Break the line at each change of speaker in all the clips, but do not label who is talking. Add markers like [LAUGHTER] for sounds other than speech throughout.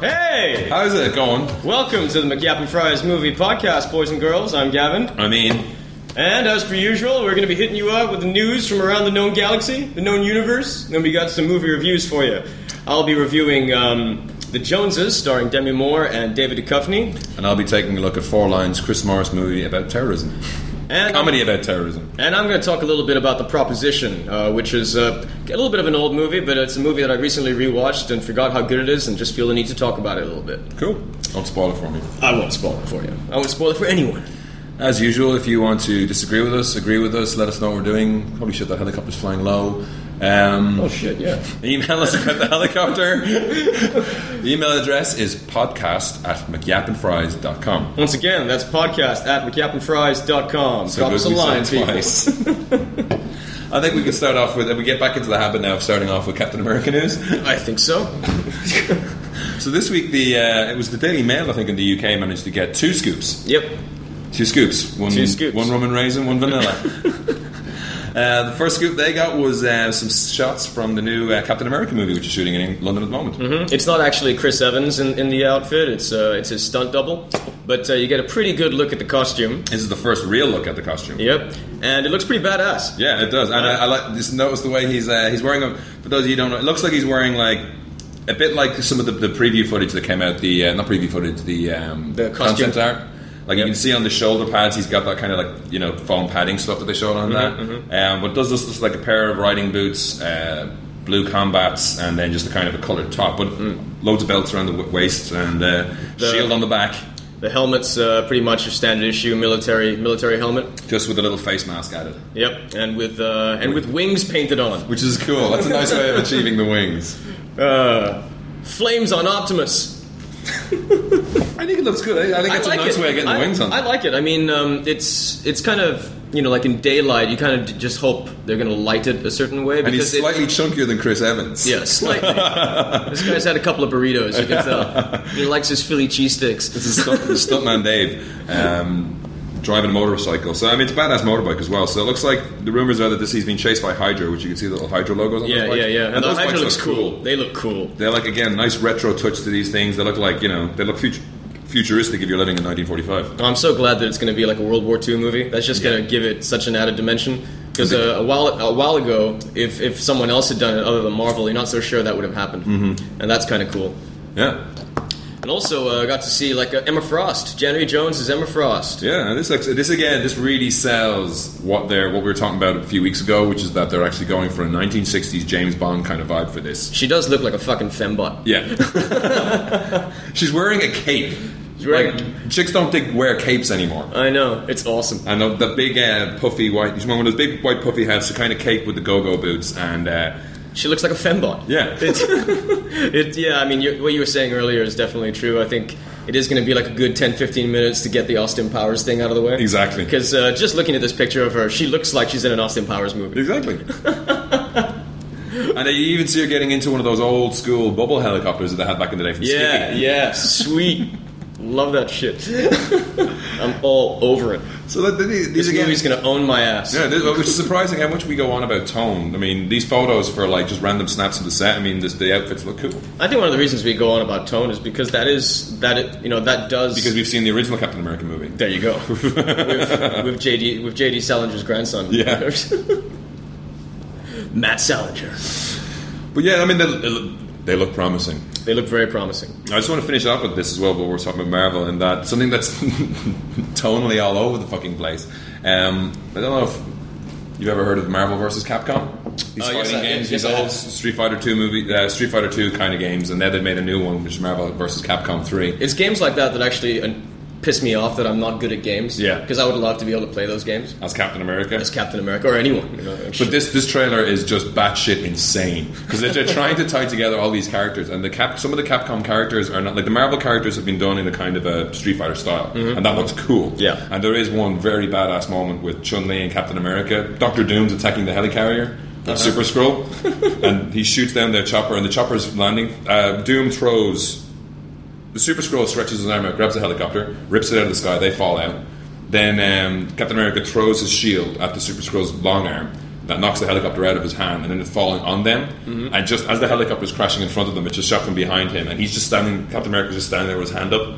Hey!
How's it going?
Welcome to the McGappin Friars Movie Podcast, boys and girls. I'm Gavin.
I mean,
And as per usual, we're going to be hitting you up with the news from around the known galaxy, the known universe, and we got some movie reviews for you. I'll be reviewing um, The Joneses, starring Demi Moore and David Duchovny.
and I'll be taking a look at Four Lines, Chris Morris movie about terrorism,
And
comedy about terrorism.
And I'm going to talk a little bit about The Proposition, uh, which is uh, a little bit of an old movie, but it's a movie that I recently rewatched and forgot how good it is and just feel the need to talk about it a little bit.
Cool. Don't spoil it for me.
I won't spoil it for you. I won't spoil it for anyone.
As usual, if you want to disagree with us, agree with us, let us know what we're doing. Holy shit, that helicopter's flying low. Um, [LAUGHS]
Oh, shit, yeah.
Email us about the helicopter. [LAUGHS] the email address is podcast at mcyappinfries.com.
Once again, that's podcast at mcappenfries.com.
So
Drop
good
us a
we said
line, people.
twice.
[LAUGHS]
I think we can start off with, and we get back into the habit now of starting off with Captain America news.
I think so.
So this week, the uh, it was the Daily Mail, I think, in the UK managed to get two scoops,
Yep.
two scoops, one
Two scoops.
one rum and raisin,
[LAUGHS]
one vanilla. Uh, the first scoop they got was uh, some shots from the new uh, Captain America movie, which is shooting in London at the moment.
It's not actually Chris Evans in, in the outfit, it's, uh, it's his stunt double. But uh, you get a pretty good look at the costume.
This is the first real look at the costume.
Yep. And it looks pretty badass.
Yeah, it does, and I, I like just notice the way he's uh, he's wearing. A, for those of you who don't know, it looks like he's wearing like a bit like some of the, the preview footage that came out. The uh, not preview footage, the um,
The costume.
concept art. Like you can see on the shoulder pads, he's got that kind of like you know foam padding stuff that they showed on
Mm-hmm,
that. Um, but it does just look like a pair of riding boots, uh, blue combats, and then just a kind of a coloured top, but loads of belts around the w- waist and uh,
Mm. The-
shield on the back,
The helmet's uh, pretty much your standard issue military military helmet.
just with a little face mask added,
Yep, and with uh, and with wings painted on.
which is cool. That's a nice way of achieving the wings.
Uh, flames on Optimus.
I think it looks good. eh? I, I think it's a nice way of getting
I,
the wings on.
I like it. I mean, um, it's it's kind of you know like in daylight, you kind of d- just hope they're going to light it a certain way
and he's
it-
slightly chunkier than Chris Evans. [LAUGHS]
yeah, slightly. this guy's had a couple of burritos. You can tell.
[LAUGHS]
He likes his Philly cheesesteaks.
This is stunt, this is Stuntman Dave um, driving a motorcycle. So, I mean, it's a badass motorbike as well. So, it looks like the rumors are that this he's been chased by Hydra, which you can see the little Hydra logos on those
Yeah,
bikes.
yeah, yeah. And, the
those
Hydra
bikes
looks
look
cool. They look cool.
They're like, again, nice retro touch to these things. They look like, you know, they look futu- futuristic if you're living in 1945.
I'm so glad that it's going to be like a World War II movie. That's just going to give it such an added dimension. Because uh, a while a while ago, if if someone else had done it other than Marvel, you're not so sure that would have happened. Mm-hmm. And that's kind of cool.
Yeah.
And also, uh, I got to see like uh, Emma Frost. January Jones is Emma Frost.
Yeah, and this looks this again. This really sells what they're what we were talking about a few weeks ago, which is that they're actually going for a 1960s James Bond kind of vibe for this.
She does look like a fucking fembot.
Yeah. [LAUGHS] She's wearing a cape.
She's wearing-
Like, chicks don't think wear capes anymore.
I know, it's awesome.
And the, the big uh, puffy white, she's wearing one of those big white puffy hats, the kind of cape with the go-go boots, and uh,
She looks like a fembot. [LAUGHS]
yeah,
It's, it, yeah, I mean, you, what you were saying earlier is definitely true. I think it is going to be like a good 10, 15 minutes to get the Austin Powers thing out of the way.
exactly,
Because uh, just looking at this picture of her, she looks like she's in an Austin Powers movie. [LAUGHS]
exactly. and you even see her getting into one of those old school bubble helicopters that they had back in the day from
Yeah,
Skippy.
yeah, sweet. Love that [LAUGHS] shit. I'm all over it.
So that, these, these
This
again,
movie's going to own my ass.
Yeah, this, which is surprising how much we go on about tone. I mean, these photos for like just random snaps of the set. I mean, this, the outfits look cool
I think one of the reasons we go on about tone is because that is that it, you know that does
because we've seen the original Captain America movie.
there you go [LAUGHS] with, with JD with JD Salinger's grandson.
Yeah.
[LAUGHS] Matt Salinger.
But yeah, I mean, they, they look- they look promising.
They look very promising.
I just want to finish off with this as well, but we're talking about Marvel and that something that's [LAUGHS] tonally all over the fucking place. Um, I don't know if you've ever heard of Marvel versus Capcom.
Uh,
These fighting
yes, I- yes,
games, these
I
old
have.
Street Fighter Two movie, uh, Street Fighter Two kind of games, and now they've made a new one, which is Marvel versus Capcom Three.
It's games like that that actually uh, piss me off that I'm not good at games.
Yeah.
Because I would love to be able to play those games
as Captain America.
as Captain America or anyone. Oh, You know,
But this this trailer is just batshit insane because they're, they're trying to tie together all these characters, and the cap some of the Capcom characters are not like the Marvel characters have been done in a kind of a Street Fighter style, and that looks cool.
Yeah.
and there is one very badass moment with Chun Li and Captain America. Doctor Doom's attacking the helicarrier. with Super Scroll, [LAUGHS] and he shoots down their chopper, and the chopper's landing. Uh, Doom throws the Super Scroll stretches his arm out, grabs a helicopter, rips it out of the sky. They fall out. Then um, Captain America throws his shield at the Super Scroll's long arm. That knocks the helicopter out of his hand, and then it's falling on them. And just as the helicopter's crashing in front of them, it's just shot from behind him, and he's just standing. Captain America's just standing there with his hand up,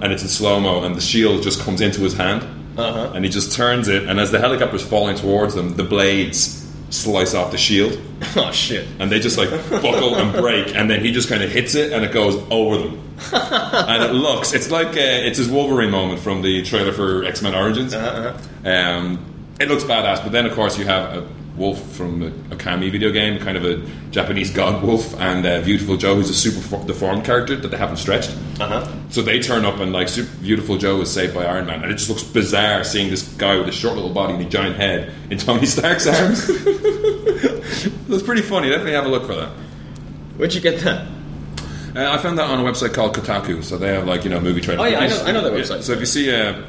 and it's in slow mo, and the shield just comes into his hand, and he just turns it. And as the helicopter's falling towards them, the blades slice off the shield,
oh shit.
and they just like buckle and break, and then he just kind of hits it, and it goes over them, and it looks it's like uh, it's his Wolverine moment from the trailer for X Men Origins.
Uh-huh.
Um, it looks badass, but then of course you have a wolf from a, a Kami video game, kind of a Japanese god wolf, and uh, Beautiful Joe, who's a super fo- deformed character that they haven't stretched.
Uh-huh.
So they turn up and like Super Beautiful Joe is saved by Iron Man, and it just looks bizarre seeing this guy with a short little body and a giant head in Tony Stark's arms. [LAUGHS] That's pretty funny. Definitely have a look for that.
Where'd you get that?
Uh, I found that on a website called Kotaku. So they have like you know movie trailer.
Oh, yeah, I
reviews.
know- I know that
Yeah,
website.
So if you see uh,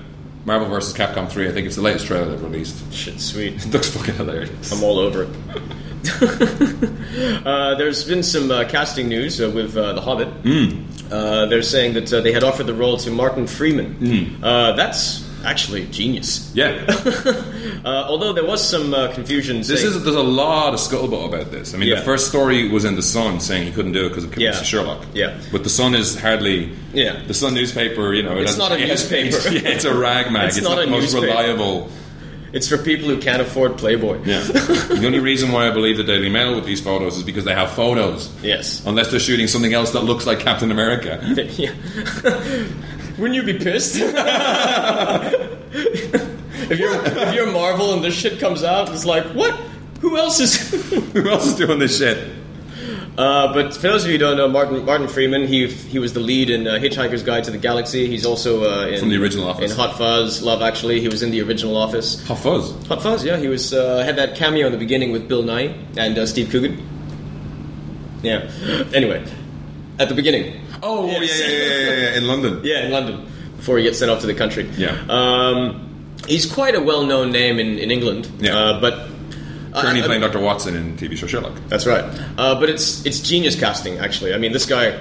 Marvel vs. Capcom 3, I think it's the latest trailer they've released.
Shit, sweet.
It looks fucking hilarious.
I'm all
[LAUGHS]
over it. uh, there's been some uh, casting news uh, with uh, The Hobbit.
Hmm.
Uh, they're saying that uh, they had offered the role to Martin Freeman.
Hmm.
Uh, that's actually genius. [LAUGHS]
Yeah.
Uh, although there was some uh, confusion.
This
saying-
is there's a lot of scuttlebutt about this. I mean,
Yeah.
the first story was in the Sun saying he couldn't do it because of commitments
Yeah.
to Sherlock.
Yeah.
but the Sun is hardly.
Yeah.
the Sun newspaper. You know,
It's
it has-
not a
it has-
newspaper.
[LAUGHS] yeah, it's a rag mag.
It's
It's,
not
not,
a
the most
newspaper.
[LAUGHS] reliable.
It's for people who can't afford Playboy.
Yeah, the only reason why I believe the Daily Mail with these photos is because they have photos.
[LAUGHS] Yes.
Unless they're shooting something else that looks like Captain America.
[LAUGHS]
[LAUGHS]
Yeah. Wouldn't you be pissed? [LAUGHS] if you're if you're Marvel and this shit comes out, it's like what? Who else is? [LAUGHS]
Who else is doing this shit?
uh, but for those of you who don't know, Martin Martin Freeman, he he was the lead in uh, Hitchhiker's Guide to the Galaxy. He's also uh, in
From the original Office.
in Hot Fuzz, Love Actually. He was in the original Office.
Hot fuzz.
Hot Fuzz, yeah, he was uh, had that cameo in the beginning with Bill Nye and uh, Steve Coogan. Yeah. [GASPS] Anyway, at the beginning,
Oh
Yes.
yeah, yeah, yeah, yeah, yeah, in London.
Yeah, in London before he gets sent off to the country.
Yeah.
Um, he's quite a well-known name in, in England.
Yeah.
Uh, but
Currently
I- I-
playing Dr. Watson in TV show Sherlock.
That's right. Uh, but it's it's genius casting, actually. I mean, this guy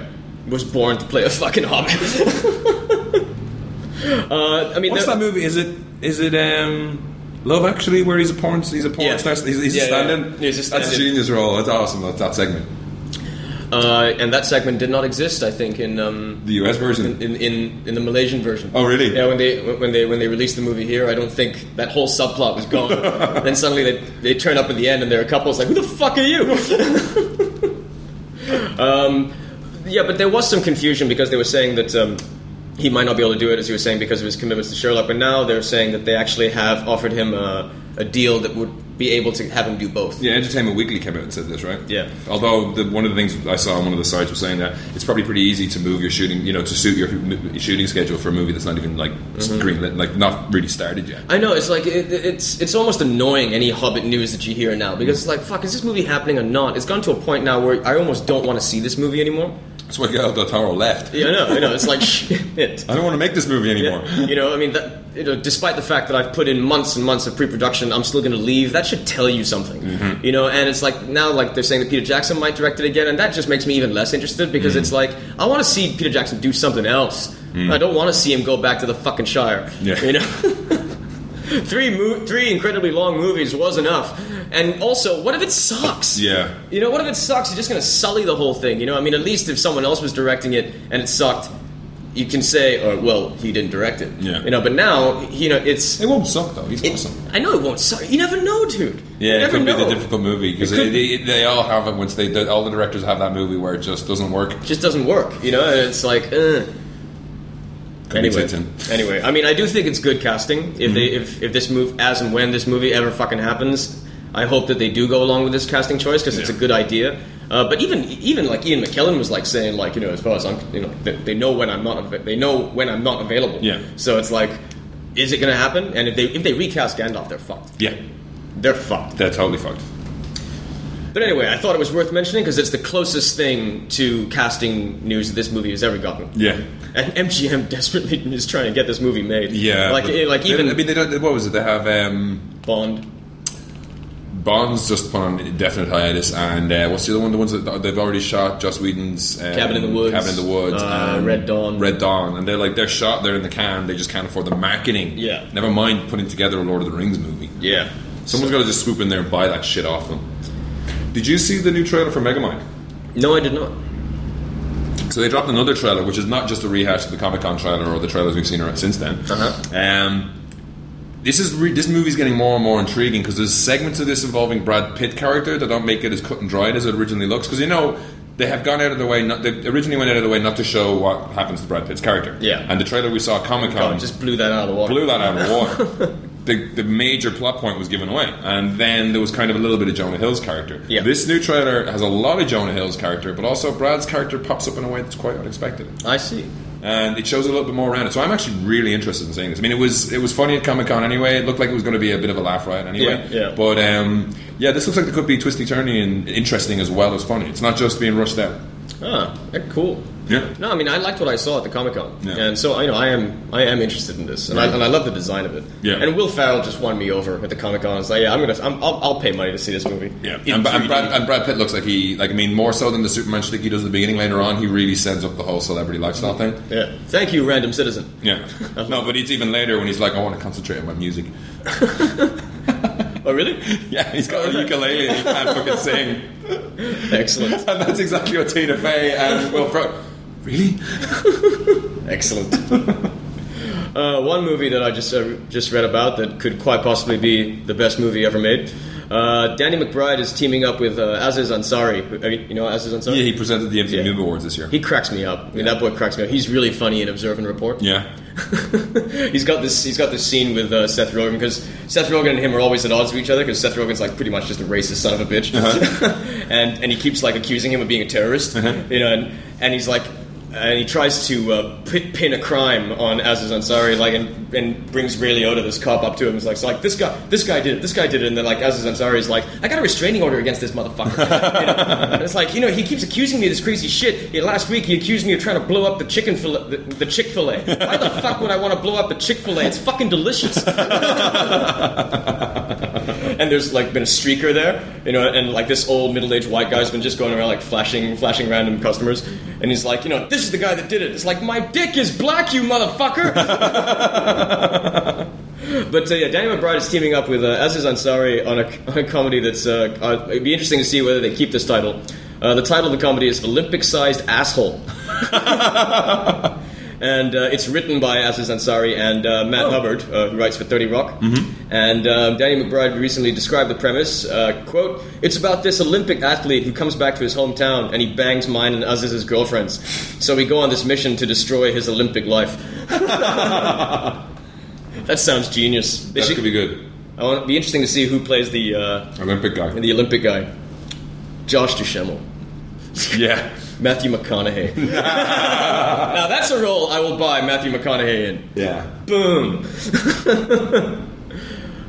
was born to play a fucking hobbit. [LAUGHS] uh, I mean,
What's
there-
that movie? Is it is it um, Love Actually, where he's a porn he's a porn
Yeah.
star? He's, he's
Yeah,
a stand-in.
yeah. He's a
That's a
stand-in.
genius role. That's awesome. That, that segment.
uh, and that segment did not exist, I think, in um,
The US version.
in, in in the Malaysian version.
Oh, really?
Yeah, when they when they when they released the movie here, I don't think that whole subplot was
[LAUGHS]
gone. then suddenly they they turn up at the end and there are couples like, "Who the fuck are
[LAUGHS]
you?" um, yeah, but there was some confusion because they were saying that. Um, he might not be able to do it, as you were saying, because of his commitments to Sherlock. But now they're saying that they actually have offered him a, a deal that would be able to have him do both.
yeah, Entertainment Weekly came out and said this, right?
Yeah.
Although the, one of the things I saw on one of the sites was saying that it's probably pretty easy to move your shooting, you know, to suit your m- shooting schedule for a movie that's not even like
Mm-hmm.
greenlit, like not really started yet.
I know it's like it, it's it's almost annoying any Hobbit news that you hear now because it's like fuck is this movie happening or not? It's gone to a point now where I almost don't want to see this movie anymore.
That's why Guillermo del Toro left.
Yeah, I know, I know. [LAUGHS] It's like shit.
I don't want to make this movie anymore.
You know, I mean, that, you know, despite the fact that I've put in months and months of pre-production, I'm still going to leave. That should tell you something,
Mm-hmm.
you know. And it's like now, like they're saying that Peter Jackson might direct it again, and that just makes me even less interested because
Mm-hmm.
it's like I want to see Peter Jackson do something else. I don't want to see him go back to the fucking Shire.
Mm. Yeah.
You know, [LAUGHS] three mo- three incredibly long movies was enough. And also, what if it sucks?
[LAUGHS] Yeah.
You know, what if it sucks? You're just going to sully the whole thing. You know, I mean, at least if someone else was directing it and it sucked, you can say, "Oh, well, he didn't direct it."
Yeah.
You know, but now, you know, it's.
It won't suck though. He's
it-
awesome.
I know it won't suck. You never know, dude. you
Yeah, it
never
could
know.
be the difficult movie because
It could
they, they all have it once they they- all the directors have that movie where it just doesn't work.
It just doesn't work. You know, and it's like. Uh.
Could be
Anyway,
Tintin.
anyway, I mean, I do think it's good casting. If they,
Mm-hmm.
if, if this move, as and when this movie ever fucking happens, I hope that they do go along with this casting choice because it's a
Yeah.
good idea. Uh, but even even like Ian McKellen was like saying like you know as far as I'm you know they, they know when I'm not av- they know when I'm not available.
Yeah.
So it's like, is it going to happen? And if they if they recast Gandalf, they're fucked.
Yeah,
They're fucked.
they're totally fucked.
But anyway, I thought it was worth mentioning because it's the closest thing to casting news that this movie has ever gotten.
Yeah,
And MGM [LAUGHS] desperately is trying to get this movie made.
yeah.
Like
but-
eh, like
they-
even
I mean, they don't. What was it? They have um,
Bond.
Bonds just put on indefinite hiatus, and uh, what's the other one? The ones that they've already shot. Joss Whedon's um,
Cabin in the Woods.
Cabin in the Woods.
Uh,
and
Red Dawn.
Red Dawn, and they're like they're shot. They're in the can. They just can't afford the marketing.
Yeah.
Never mind putting together a Lord of the Rings movie.
Yeah.
Someone's got to just swoop in there and buy that shit off them. Did you see the new trailer for Megamind?
No, I did not.
So they dropped another trailer, which is not just a rehash of the Comic Con trailer or the trailers we've seen around since then.
Uh-huh.
Um, this is re- this movie's getting more and more intriguing because there's segments of this involving Brad Pitt character that don't make it as cut and dried as it originally looks. Because you know they have gone out of the way. Not, they originally went out of the way not to show what happens to Brad Pitt's character.
Yeah.
And the trailer we saw at Comic
God,
Con
just blew that out of the water.
blew that
[LAUGHS]
out of the water. The, the major plot point was given away, and then there was kind of a little bit of Jonah Hill's character.
Yeah.
This new trailer has a lot of Jonah Hill's character, but also Brad's character pops up in a way that's quite unexpected,
I see.
and it shows a little bit more around it. So I'm actually really interested in seeing this. I mean, it was it was funny at Comic Con anyway. It looked like it was going to be a bit of a laugh riot anyway.
Yeah, yeah.
But um, yeah, this looks like it could be twisty turny and interesting as well as funny. It's not just being rushed out.
Ah, eh, cool.
Yeah.
No, I mean I liked what I saw at the Comic Con,
Yeah.
and so I know I am I am interested in this, and, I,
Yeah.
and I love the design of it.
Yeah.
And Will Farrell just won me over at the Comic Con. It's like, yeah, I'm gonna I'm, I'll, I'll pay money to see this movie.
Yeah,
In
and, Bra- and
3D.
Brad, and Brad Pitt looks like he, like I mean, more so than the Superman shtick he does at the beginning. Later on, he really sends up the whole celebrity lifestyle thing.
yeah. Thank you, random citizen.
Yeah, [LAUGHS] no, but it's even later when he's like, I want to concentrate on my music. [LAUGHS]
Oh, really?
Yeah, he's got a ukulele and he can't fucking sing,
[LAUGHS]
[LAUGHS]
Excellent.
and that's exactly what Tina Fey and Will Ferrell. [LAUGHS] Really?
Excellent. [LAUGHS] Uh, one movie that I just uh, just read about that could quite possibly be the best movie ever made. Uh, Danny McBride is teaming up with uh, Aziz Ansari. Who- uh, You know Aziz Ansari?
Yeah, he presented the MTV
Yeah.
Movie Awards this year.
He cracks me up. I mean, that boy cracks me up. He's really funny in Observe and Report.
yeah,
he's got this. He's got this scene with uh, Seth Rogen because Seth Rogen and him are always at odds with each other because Seth Rogen's like pretty much just a racist son of a bitch, [LAUGHS] and and he keeps like accusing him of being a terrorist, you know, and and he's like. And he tries to uh, pin, pin a crime on Aziz Ansari, like, and, and brings Ray Liotta, this cop, up to him. He's like, so, like, this guy, this guy did it, this guy did it, and then like Aziz Ansari is like, I got a restraining order against this motherfucker. You know? And it's like, you know, he keeps accusing me of this crazy shit. He, last week, he accused me of trying to blow up the chicken fillet, the, the Chick Fil A. Why the fuck would I want to blow up the Chick Fil A? It's fucking delicious. [LAUGHS] and there's like been a streaker there, you know, and like this old middle-aged white guy's been just going around like flashing, flashing random customers, and he's like, you know, this is the guy that did it. It's like my dick is black, you motherfucker. but uh, yeah, Danny McBride is teaming up with uh, Aziz Ansari on a, [LAUGHS] on a comedy that's uh, uh, it'd be interesting to see whether they keep this title. Uh, the title of the comedy is Olympic-sized asshole. And uh, it's written by Aziz Ansari and uh,
Oh.
Matt Hubbard, uh, who writes for 30 Rock.
Mm-hmm.
And um, Danny McBride recently described the premise, uh, quote, It's about this Olympic athlete who comes back to his hometown and he bangs mine and Aziz's girlfriends. So we go on this mission to destroy his Olympic
[LAUGHS]
life. [LAUGHS] that sounds genius. They
that
should-
could be good.
I want, it'd be interesting to see who plays the, uh,
Olympic guy. [LAUGHS]
the Olympic guy. Josh Duhamel.
Yeah,
Matthew McConaughey. now that's a role I will buy Matthew McConaughey in.
yeah.
Boom. [LAUGHS]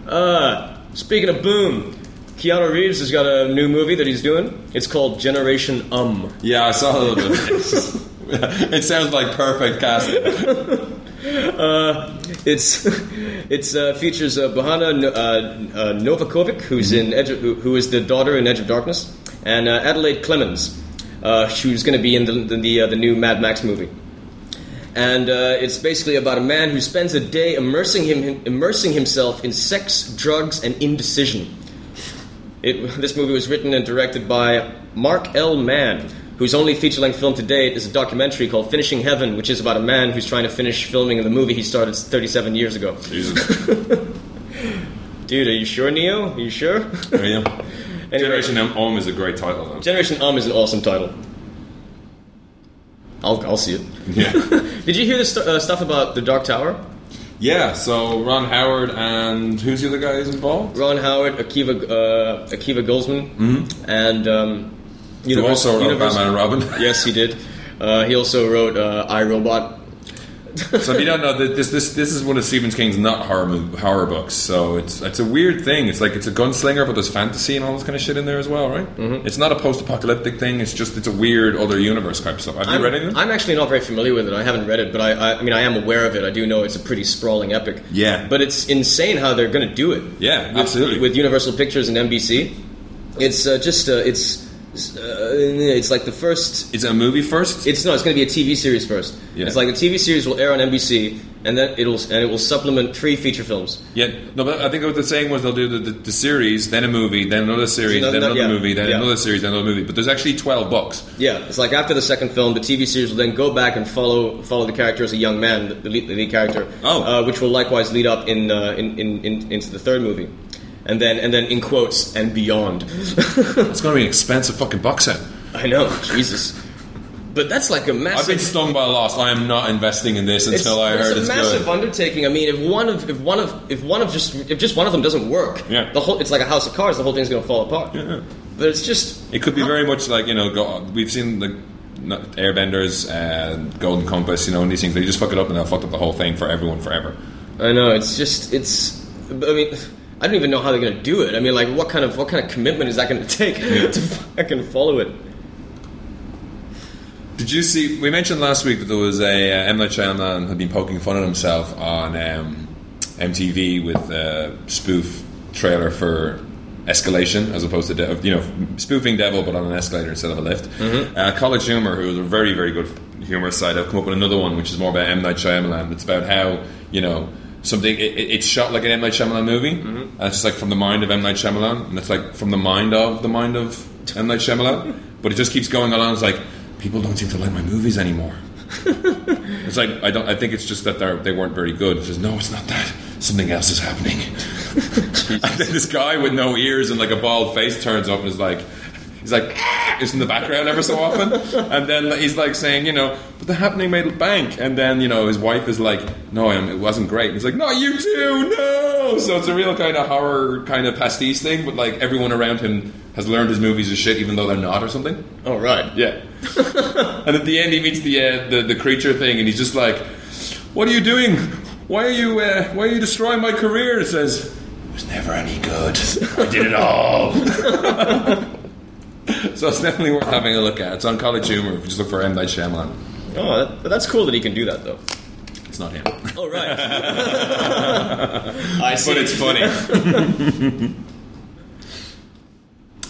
uh, speaking of boom, Keanu Reeves has got a new movie that he's doing. It's called Generation Um.
Yeah, I saw a little bit. It's just- it [LAUGHS] sounds like perfect casting.
It's [LAUGHS] it's uh, features uh, Bohana No- uh, uh, Novakovic, who's in Edge of, who, who is the daughter in Edge of Darkness, and uh, Adelaide Clemens, uh, who's going to be in the the the, uh, the new Mad Max movie. And uh, it's basically about a man who spends a day immersing him, him immersing himself in sex, drugs, and indecision. It, this movie was written and directed by Mark L. Mann, whose only feature length film to date is a documentary called Finishing Heaven, which is about a man who's trying to finish filming the movie he started 37 years ago.
Jesus,
Dude, are you sure, Neo? Are you sure?
[LAUGHS]
[LAUGHS]
there you go. Generation M Om is a great title. Though.
Generation Um is an awesome title. I'll, I'll see it. [LAUGHS]
Yeah.
Did you hear this stu- uh, stuff about The Dark Tower?
Yeah, so Ron Howard and who's the other guy who's involved?
Ron Howard, Akiva, uh, Akiva Goldsman, and um,
Who Mm-hmm. also wrote
Universe-
Batman and Robin.
Yes, he did. Uh, he also wrote uh, I Robot.
so if you don't know, th- this this this is one of Stephen King's not horror mov- horror books. So it's it's a weird thing. It's like it's a gunslinger, but there's fantasy and all this kind of shit in there as well, right? Mm-hmm. It's not a post-apocalyptic thing. It's just it's a weird other universe type stuff. Have you
I'm,
read any of them?
I'm actually not very familiar with it. I haven't read it, but I, I, I mean, I am aware of it. I do know it's a pretty sprawling epic.
Yeah.
But it's insane how they're going to do it.
Yeah,
With-
absolutely.
With Universal Pictures and NBC, it's uh, just uh, it's uh, it's like the first
is it a movie first?
It's no. It's going to be a TV series first.
Yeah.
It's like the TV series will air on NBC, and then it'll and it will supplement three feature films.
yeah, no, but I think what they're saying was they'll do the, the, the series, then a movie, then another series,
Another-
then another
yeah.
movie, then
Yeah.
another series, then another movie. But there's actually twelve books.
Yeah, it's like after the second film, the TV series will then go back and follow follow the character as a young man, the, the, lead, the lead character,
Oh.
uh, which will likewise lead up in, uh, in, in, in into the third movie, and then and then in quotes and beyond. [LAUGHS]
It's going to be an expensive fucking box set.
I know, Jesus, but that's like a
I've been
massive.
stung by loss. I am not investing in this
It's,
until I
it's
heard
a
it's
massive
good.
undertaking. I mean, if one of if one of if one of just if just one of them doesn't work,
Yeah.
the whole it's like a house of cards. The whole thing's going to fall apart.
Yeah.
But it's just
It could be very much like you know, go, we've seen the no- Airbenders, uh, Golden Compass, you know, and these things. They just fuck it up and they'll fuck up the whole thing for everyone forever.
I know it's just it's. I mean, I don't even know how they're going to do it. I mean, like, what kind of what kind of commitment is that going to [LAUGHS] take to fucking follow it?
Did you see? We mentioned last week that there was a uh, M Night Shyamalan had been poking fun at himself on um, MTV with a spoof trailer for Escalation, as opposed to De- you know spoofing Devil, but on an escalator instead of a lift. Uh, College Humor, who is a very very good humorous side, have come up with another one which is more about M Night Shyamalan. It's about how you know. Something it, it- it's shot like an M Night Shyamalan movie, and it's just like from the mind of M Night Shyamalan, and it's like from the mind of the mind of M Night Shyamalan. But it just keeps going along. It's like people don't seem to like my movies anymore. it's like I don't. I think it's just that they they weren't very good. It's just no, it's not that. Something else is happening. and then this guy with no ears and like a bald face turns up and is like. He's like, "Ah," it's in the background ever so often, and then he's like saying, you know, but the happening made bank, and then you know his wife is like, no, um, it wasn't great. And he's like, no, you too, no. So it's a real kind of horror kind of pastiche thing, but like everyone around him has learned his movies are shit, even though they're not, or something.
All right.
Yeah. and at the end, he meets the, uh, the the creature thing, and he's just like, "What are you doing? Why are you uh, why are you destroying my career?" It says, "It was never any good. I did it all." [LAUGHS] so it's definitely worth having a look at. It's on College Humor. If you just look for M Night Shyamalan,
Oh, that, but that's cool that he can do that though.
it's not him,
All right. I see.
but it's funny. [LAUGHS]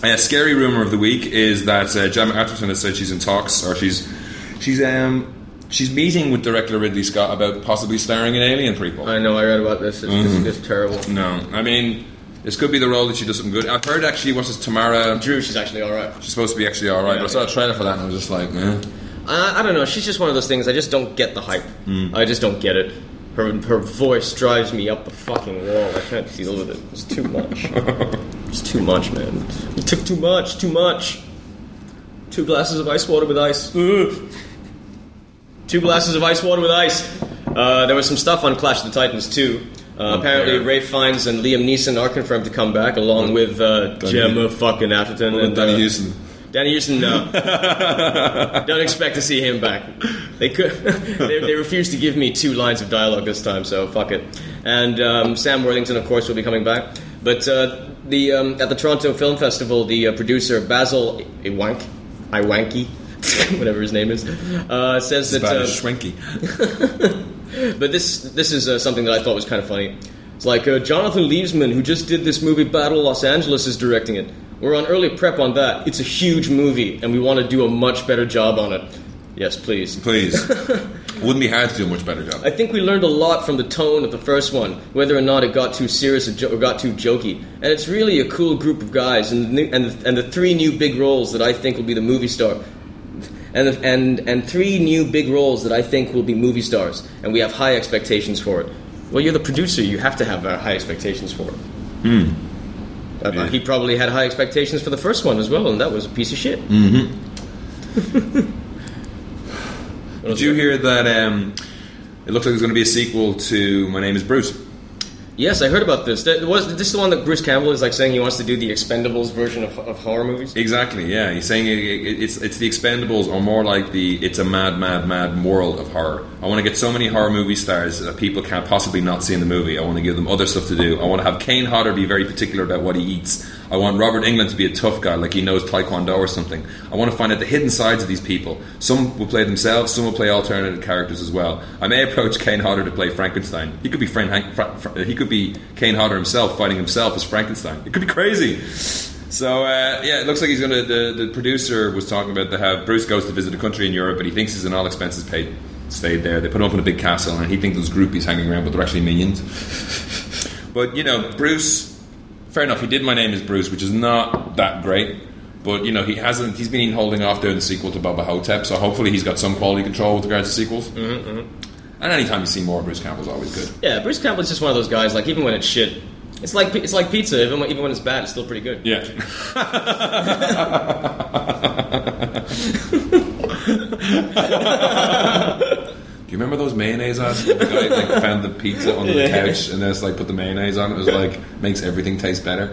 A scary rumor of the week is that uh, Gemma Atherton has said she's in talks, or she's she's um she's meeting with director Ridley Scott about possibly starring in Alien prequel.
I know. I read about this. It's just, just terrible.
No, I mean, this could be the role that she does something good. I've heard actually, what's this, Tamara?
Drew, she's actually all right.
She's supposed to be actually all right, but I saw a trailer for that and I was just like, eh.
Uh, I, I don't know. She's just one of those things. I just don't get the hype. I just don't get it. Her her voice drives me up the fucking wall. I can't deal with it. It's too much. it's too much, man. You took too much. Too much. Two glasses of ice water with ice. Ugh. Two glasses of ice water with ice. Uh, there was some stuff on Clash of the Titans too. Uh, apparently,
yeah.
Ray Fiennes and Liam Neeson are confirmed to come back, along with uh,
Danny-
Gemma fucking Atherton and
Danny
uh,
Houston.
Danny Houston, no. Don't expect to see him back. They could. [LAUGHS] they, they refused to give me two lines of dialogue this time, so fuck it. And um, Sam Worthington, of course, will be coming back. But uh, the um, at the Toronto Film Festival, the uh, producer Basil Iwank, Iwanki, [LAUGHS] whatever his name is, uh, says that.
Bad
uh,
as Shrinky.
but this this is uh, something that I thought was kind of funny. It's like uh, Jonathan Leavesman, who just did this movie Battle Los Angeles, is directing it. We're on early prep on that. It's a huge movie, and we want to do a much better job on it. Yes, please. [LAUGHS]
Please. Wouldn't be hard to do a much better job.
I think we learned a lot from the tone of the first one, whether or not it got too serious or, jo- or got too jokey. And it's really a cool group of guys, and the, new- and the, and the three new big roles that I think will be the movie star, and the, and and three new big roles that I think will be movie stars, and we have high expectations for it. Well, you're the producer; you have to have uh, high expectations for it. Uh,
Yeah.
He probably had high expectations for the first one as well, and that was a piece of shit.
Did you hear that um, it looks like there's going to be a sequel to My Name is Bruce?
Yes, I heard about this. That was this is the one that Bruce Campbell is like saying he wants to do the Expendables version of, of horror movies.
Exactly. Yeah, he's saying it, it, it's it's the Expendables, or more like the it's a mad, mad, mad world of horror. I want to get so many horror movie stars that people can't possibly not see in the movie. I want to give them other stuff to do. I want to have Kane Hodder be very particular about what he eats. I want Robert England to be a tough guy, like he knows Taekwondo or something. I want to find out the hidden sides of these people. Some will play themselves. Some will play alternative characters as well. I may approach Kane Hodder to play Frankenstein. He could be Frank. Hank, Fra, Fra- he could be Kane Hodder himself fighting himself as Frankenstein. It could be crazy. So uh, yeah, it looks like he's gonna. The, the producer was talking about the how Bruce goes to visit a country in Europe, but he thinks he's an all expenses paid stayed there. They put him up in a big castle, and he thinks those groupies hanging around, but they're actually minions. [LAUGHS] but you know, Bruce. Fair enough. He did. My name is Bruce, which is not that great. But you know, he hasn't. He's been holding off doing the sequel to Baba Hotep, so hopefully he's got some quality control with regards to sequels. Mm-hmm. And anytime you see more, Bruce Campbell's always good.
Yeah, Bruce Campbell is just one of those guys. Like even when it's shit, it's like pi- it's like pizza. Even when, even when it's bad, it's still pretty good.
Yeah. Do you remember those mayonnaise ads? The guy like found the pizza under the
Yeah.
couch and then it's like put the mayonnaise on it. It was like makes everything taste better.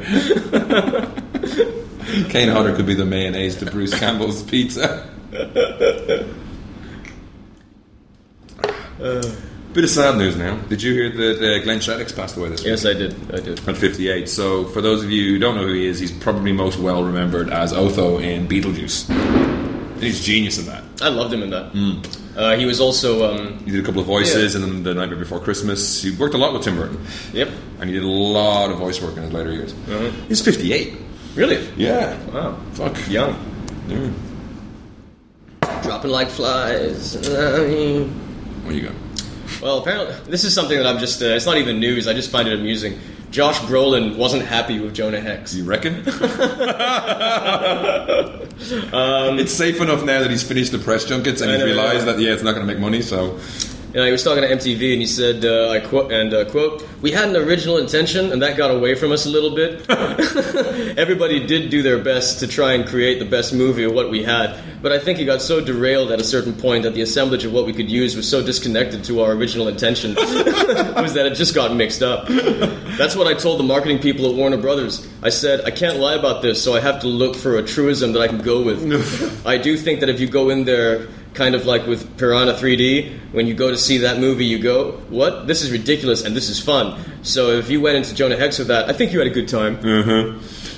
Kane Hodder could be the mayonnaise to Bruce Campbell's pizza. Bit of sad news now. Did you hear that uh, Glenn Shaddix passed away this week?
Yes, I did. I did.
at 58. So, for those of you who don't know who he is, he's probably most well remembered as Otho in Beetlejuice. And he's genius in that.
I loved him in that.
Mm.
Uh, he was also. Um,
He did a couple of voices, and then the Nightmare Before Christmas. He worked a lot with Tim Burton,
yep. uh-huh.
and he did a lot of voice work in his later years. He's 58.
Really.
Yeah.
Wow.
Fuck.
Young.
Yeah.
Dropping like flies. [LAUGHS] I mean-
What you got?
Well, apparently, this is something that I'm just, uh, it's not even news, I just find it amusing. Josh Brolin wasn't happy with Jonah Hex.
You [LAUGHS] reckon? it's safe enough now that he's finished the press junkets and
Um, I
he's
know, yeah.
realised that yeah, it's not going to make money. So
You know, he was talking to MTV and he said, uh, I quote, and uh, quote, we had an original intention and that got away from us a little
[LAUGHS]
bit. [LAUGHS] Everybody did do their best to try and create the best movie of what we had, but I think it got so derailed at a certain point that the assemblage of what we could use was so disconnected to our original intention [LAUGHS] was that it just got mixed up. That's what I told the marketing people at Warner Brothers. I said, I can't lie about this, so I have to look for a truism that I can go with. I do think that if you go in there, kind of like with Piranha 3D, when you go to see that movie, you go, What? This is ridiculous and this is fun. So if you went into Jonah Hex with that, I think you had a good time.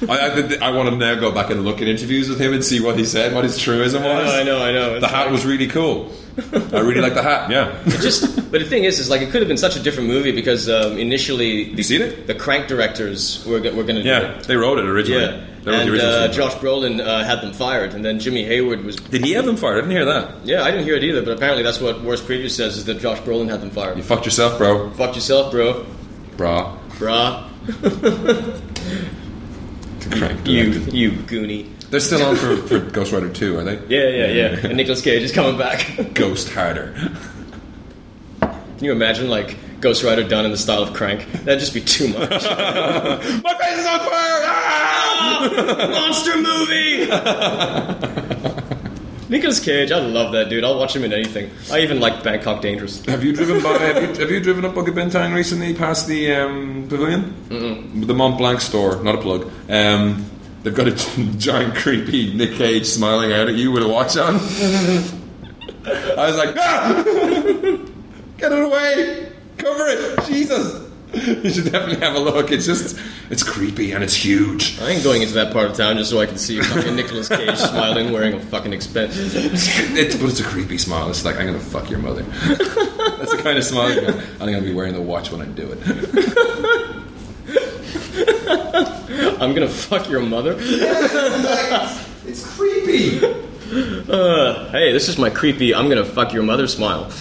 I, I, think- I want to now go back and look at interviews with him and see what he said, what his truism was.
I know, I know.
The hat was really cool. I really like the hat. Yeah.
It just but the thing is is like it could have been such a different movie because um, initially the,
You seen it?
the crank directors were, go- were going to do
Yeah,
it
they wrote it originally.
yeah
They wrote the
and
original
uh,
screenplay.
Josh Brolin uh, had them fired and then Jimmy Hayward was
Did he have them fired? I didn't hear that.
yeah I didn't hear it either but apparently that's what Worst Preview says is that Josh Brolin had them fired
You fucked yourself, bro.
fuck yourself bro
Bra.
brah
Correct.
you you goonie
They're still on for, for Ghost Rider 2, are they?
yeah yeah yeah [LAUGHS] and Nicolas Cage is coming back [LAUGHS] can
[LAUGHS] Ghost [LAUGHS] Harder.
you imagine like Ghost Rider done in the style of crank that'd just be too much
My face is on fire! Ah! [LAUGHS]
monster movie. [LAUGHS] Nicolas Cage, I love that dude. I'll watch him in anything. I even like Bangkok Dangerous.
Have you driven by? Have you, have you driven up Bukit Bintang recently past the um, pavilion? Mm-mm. The Mont Blanc store, not a plug. Um, they've got a [LAUGHS] giant, creepy Nick Cage smiling out at you with a watch on. I was like, ah! [LAUGHS] get it away, cover it, Jesus! [LAUGHS] You should definitely have a look. It's just, it's creepy and it's huge.
I ain't going into that part of town just so I can see fucking Nicolas [LAUGHS] Cage smiling, wearing a fucking expensive. [LAUGHS]
It's, but it's a creepy smile. It's like I'm gonna fuck your mother. [LAUGHS] That's the kind of smile. you go, I'm gonna be wearing the watch when I do it.
I'm gonna fuck your mother.
It's creepy.
Uh, hey, this is my creepy. I'm gonna fuck your mother smile.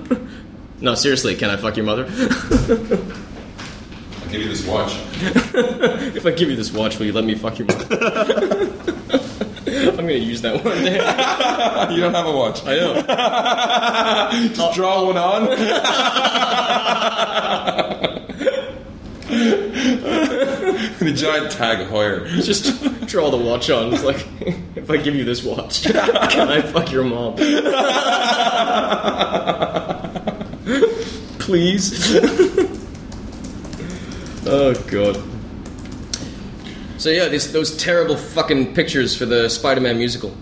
[LAUGHS] no, seriously, can I fuck your mother? [LAUGHS]
I'll give [LAUGHS] you this watch.
if I give you this watch, will you let me fuck your mother? [LAUGHS] I'm gonna use that one [LAUGHS] day. I
you don't have a watch.
know.
Just draw one [LAUGHS] on. and a giant tag Hoyer.
Just [LAUGHS] draw the watch on. It's like, [LAUGHS] if I give you this watch, [LAUGHS] can I fuck your mom? Please. Oh god. So yeah, this, those terrible fucking pictures for the Spider-Man musical.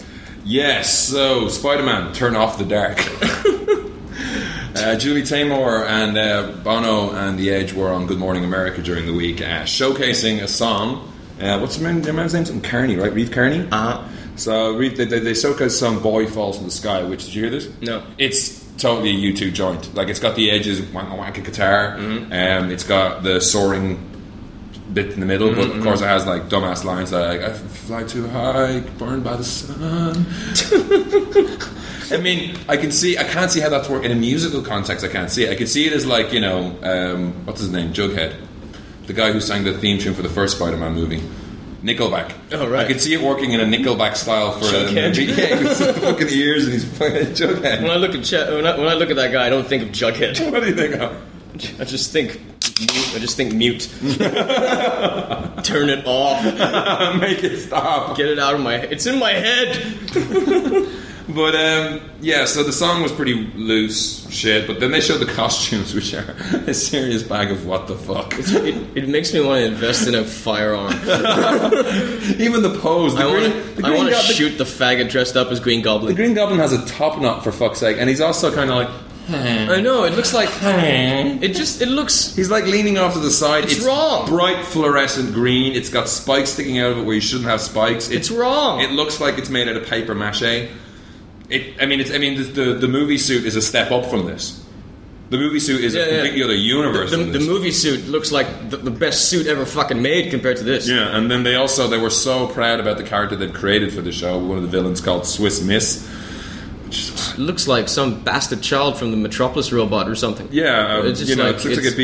Yes, so Spider Man, turn off the [LAUGHS] dark. uh, Julie Taymor and uh, Bono and The Edge were on Good Morning America during the week, uh, showcasing a song. Uh, what's the man, their man's name? Something Kearney, right? Reeve Kearney?
Uh-huh.
So Reeve, they, they, they showcased some Boy Falls from the Sky, which, did you hear this?
No.
It's totally a U2 joint. Like, it's got the Edge's wanka wanka guitar,
Mm-hmm.
um, it's got the soaring bit in the middle, but
Mm-hmm.
of course it has like dumbass lines like "I fly too high, burned by
[LAUGHS]
the sun." I mean, I can see, I can't see how that's work in a musical context. I can't see it. I can see it as like you know, um, what's his name, Jughead, the guy who sang the theme tune for the first Spider-Man movie. Nickelback.
Oh, right.
I could see it working in a Nickelback style for a
Jughead.
movie. [LAUGHS] Yeah, with the fucking ears and he's playing
When
Jughead.
I look at Ch- when, I, when I look at that guy, I don't think of Jughead.
[LAUGHS] What do you think of?
I just think mute. I just think mute. Turn it off.
Make it stop.
Get it out of my. It's in my head.
But um, yeah, so the song was pretty loose shit, but then they showed the costumes, [LAUGHS] which are a serious bag of what the fuck. [LAUGHS]
It, it makes me want to invest in a firearm.
Even the pose, the
I
green,
want
the
to. I
green
want to
goblin,
shoot the faggot dressed up as Green
The
Goblin.
Green Goblin has a top knot for fuck's sake, and he's also kind of
I know. It looks like.
like.
It just. It looks.
[LAUGHS] He's like leaning off to the side.
It's wrong.
Bright fluorescent green. It's got spikes sticking out of it where you shouldn't have spikes.
It's wrong.
It looks like it's made out of paper mache. It, I mean, it's, I mean, the, the the movie suit is a step up from this. The movie suit is
Yeah,
a
yeah.
completely other universe.
The,
than
the
this.
movie suit looks like the, the best suit ever fucking made compared to this.
Yeah, and then they also they were so proud about the character they'd created for the show. One of the villains called Swiss Miss.
It looks like some bastard child from the Metropolis robot or something.
Yeah, uh,
It's just
you know,
like-
it looks like
it's-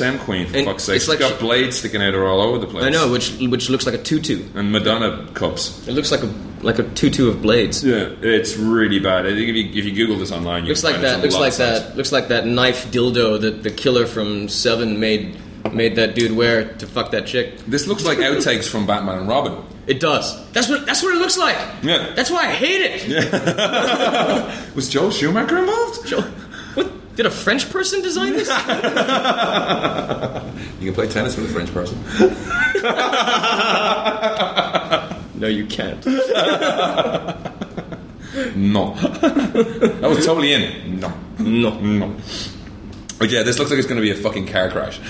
a BDSM queen for
And
fuck's sake.
it's
She's
like
got
she-
blades sticking out of her all over the place.
I know, which which looks like a tutu.
And Madonna cups.
It looks like a like a tutu of blades.
Yeah, it's really bad. I think if you, if you Google this online, you
Looks
can
like
find it's
that.
on
Looks
lots
like
of sites.
that. Looks like that knife dildo that the killer from Seven made made that dude wear to fuck that chick.
This looks
[LAUGHS]
like outtakes from Batman and Robin.
It does. That's what that's what it looks like.
Yeah.
That's why I hate it.
Was Joel Schumacher involved?
Joe, What did a French person design this?
You can play tennis with a French person.
[LAUGHS] no, you can't.
No, that was totally in. No,
No.
no. But yeah, this looks like it's going to be a fucking car crash.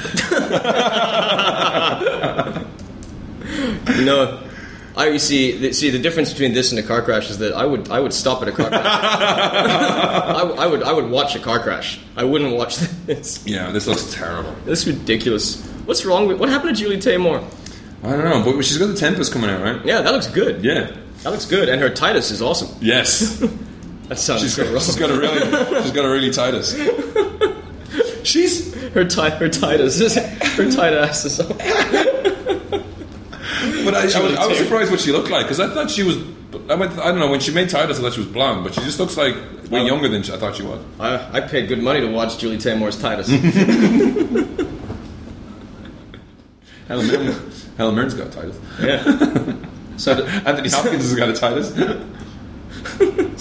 No. I you see. The, see the difference between this and a car crash is that I would I would stop at a [LAUGHS] car crash. I, w- I would I would watch a car crash. I wouldn't watch this.
Yeah, this looks terrible.
This is ridiculous. What's wrong with what happened to Julie Taymor?
I don't know, but she's got the Tempest coming out, right?
Yeah, that looks good.
Yeah.
That looks good, and her Titus is awesome.
Yes.
That sounds
She's
so
got,
wrong.
she's got a really she's got a really Titus. She's
her ti- her Titus is her tight ass is. [LAUGHS]
but I, I, was, I was surprised what she looked like because I thought she was I, went, I don't know when she made Titus I thought she was blonde but she just looks like way
Well-
younger than she, I thought she was.
I, I paid good money to watch Julie Taymor's [LAUGHS] Titus.
Helen Mirren, Helen Mirren's got a Titus.
yeah. [LAUGHS] So do-
[LAUGHS] Anthony Hopkins has got a Titus.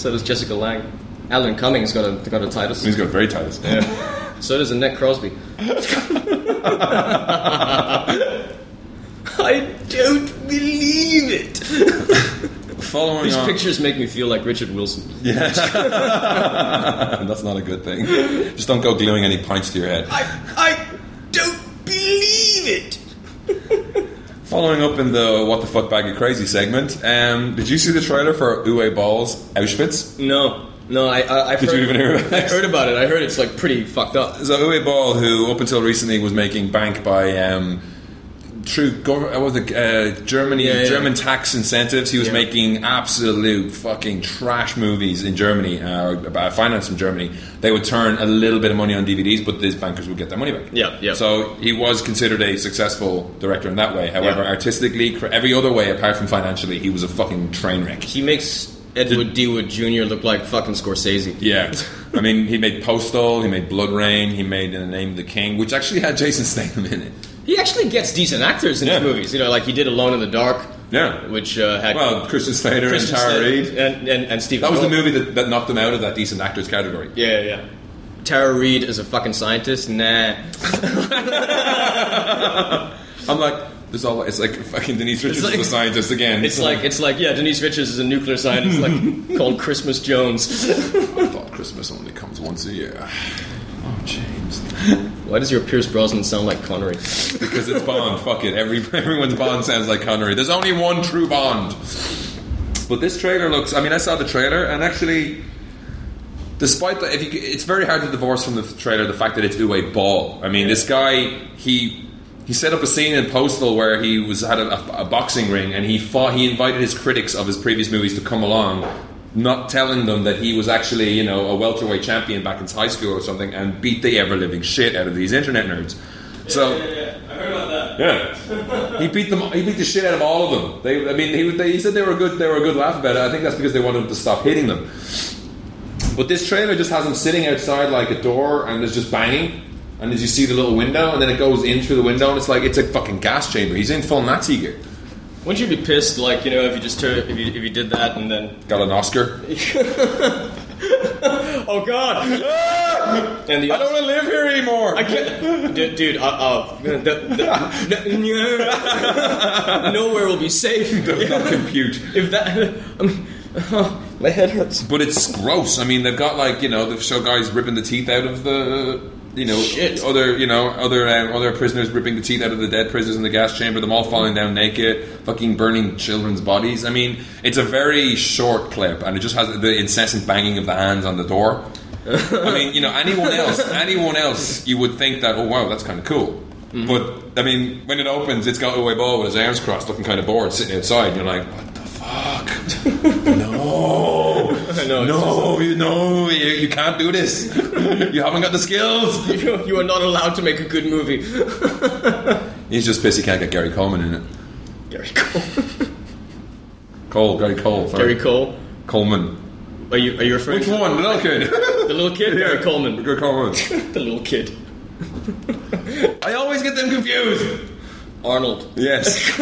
so does Jessica Lange. Alan Cummings got a got a Titus.
He's got very Titus.
So does Annette
[LAUGHS]
Crosby. I don't believe it.
Following
These
on,
pictures make me feel like Richard Wilson.
[LAUGHS] that's not a good thing. Just don't go gluing any pints to your head.
I I don't believe it.
Following up in the what the fuck bag of crazy segment, um, did you see the trailer for Uwe Ball's Auschwitz?
No, no. I, I I've
Did
heard,
you even hear about
I [LAUGHS]
this?
heard about it. I heard it's like pretty fucked up.
So Uwe Ball, who up until recently was making bank by um, through gov- uh, what was it, uh, Germany
Yeah, yeah.
German tax incentives, he was
Yeah.
making absolute fucking trash movies in Germany uh, or about finance from Germany. They would turn a little bit of money on DVDs, but these bankers would get their money back.
Yeah, yeah.
So he was considered a successful director in that way. However,
Yeah.
artistically, cr- every other way apart from financially, he was a fucking train wreck.
He makes Edward D. Wood Jr. look like fucking Scorsese. [LAUGHS]
Yeah, I mean, he made Postal, he made Blood Rain, he made In the Name of the King, which actually had Jason Statham in it.
He actually gets decent actors in
Yeah.
his movies. You know, like he did Alone in the Dark,
Yeah.
which uh, had
Well, Christian Slater
Christian
and Tara
Slater
Reid.
and and, and Steve.
That was the
Carell.
movie that, that knocked them out of that decent actors category.
Yeah, yeah. yeah. Tara Reid is a fucking scientist. Nah.
I'm like, there's all it's like fucking Denise Richards
like-
is a scientist again.
It's like it's like yeah, Denise Richards is a nuclear scientist, [LAUGHS] like called Christmas Jones.
I thought Christmas only comes once a year. Oh, James.
Why does your Pierce Brosnan sound like Connery?
Because it's Bond. [LAUGHS] Fuck it. Every everyone's Bond sounds like Connery. There's only one true Bond. But this trailer looks. I mean, I saw the trailer, and actually, despite that, if you, c- it's very hard to divorce from the trailer the fact that it's Uwe Ball. I mean, this guy he. He set up a scene in Postal where he was had a, a boxing ring and he fought. He invited his critics of his previous movies to come along, not telling them that he was actually you know a welterweight champion back in high school or something, and beat the ever living shit out of these internet nerds. So
I heard about that.
yeah, he beat them. He beat the shit out of all of them. They, I mean, he, they, he said they were a good. They were a good laugh about it. I think that's because they wanted him to stop hitting them. But this trailer just has him sitting outside like a door, and there's just banging. And as you see the little window, and then it goes in through the window, and it's like it's a fucking gas chamber. He's in full Nazi gear.
Wouldn't you be pissed, like you know, if you just tur if you if you did that and then
Got an Oscar.
oh god, [LAUGHS] and the
I don't want to live here anymore.
I can't, dude. dude uh, uh, the, the, [LAUGHS] nowhere will be safe
Not compute.
if that. [LAUGHS] I mean, my head hurts.
But it's gross. I mean, they've got like you know, they've show guys ripping the teeth out of the you know
Shit.
other you know other um, other prisoners ripping the teeth out of the dead prisoners in the gas chamber. Them all falling down naked, fucking burning children's bodies. I mean, it's a very short clip, and it just has the incessant banging of the hands on the door. I mean, you know, anyone else, anyone else, you would think that oh wow, that's kind of cool.
Mm-hmm.
But I mean, when it opens, it's got Uwe Boll with his arms crossed, looking kind of bored, sitting outside. And you're like, what the
[LAUGHS]
fuck? no.
know, it's
No, you no, you, you can't do this. you haven't got the skills.
[LAUGHS] You, you are not allowed to make a good movie.
He's just pissed he can't get Gary Coleman in it.
[LAUGHS] Gary Cole.
Cole, Gary Cole, sorry.
Gary Cole.
Coleman.
Are you are you referring
Which
to
one? The little kid.
the little kid? Gary Coleman.
Gary Coleman.
The little kid.
I always get them confused.
Arnold.
Yes.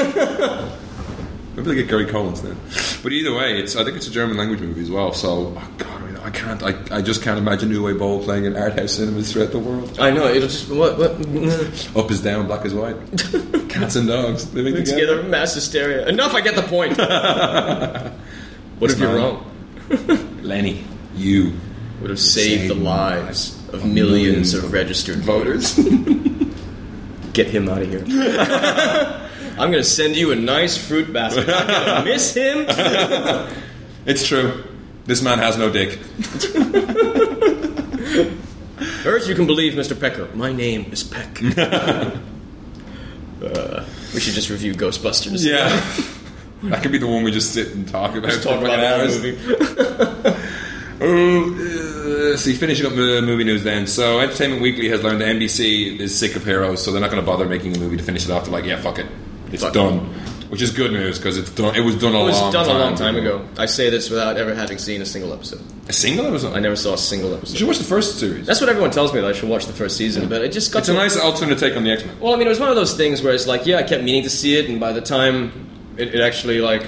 Maybe they get Gary Coleman's then. But either way, it's I think it's a German language movie as well. So oh God, I mean, I can't. I, I just can't imagine Uwe Boll playing in art house cinemas throughout the world.
I know. It'll just what [LAUGHS] what
Up is down, black is white. Cats and dogs living together.
together mass hysteria. Enough. I get the [LAUGHS] point. what if you're
Smile.
wrong?
Lenny, you
Would have saved the
Saved
lives of millions of registered voters. [LAUGHS] Get him out of [LAUGHS] here. I'm gonna send you a nice fruit basket. I'm gonna miss [LAUGHS] him.
It's true. This man has no dick.
Or as you can believe, Mr. Pecker, my name is
[LAUGHS]
Peck. Uh, we should just review Ghostbusters.
Yeah. [LAUGHS] that could be the one we just sit and talk about
Let's talk
for
about that
hours.
movie.
Oh, uh, see, finishing up the movie news then. So, Entertainment Weekly has learned that NBC is sick of heroes, so they're not going to bother making a movie to finish it off. They're like, yeah, fuck it. It's
Fuck.
done. Which is good news because it's done. It was done a
It was
long
done
time
a long time ago. I say this without ever having seen a single episode.
A single episode?
I
You
never saw a single episode.
should watch the first series.
That's what everyone tells me that I should watch the first season, but it just got
it's
to
a nice alternate take on the X Men.
Well, I mean, it was one of those things where it's like, yeah, I kept meaning to see it, and by the time it, it actually like,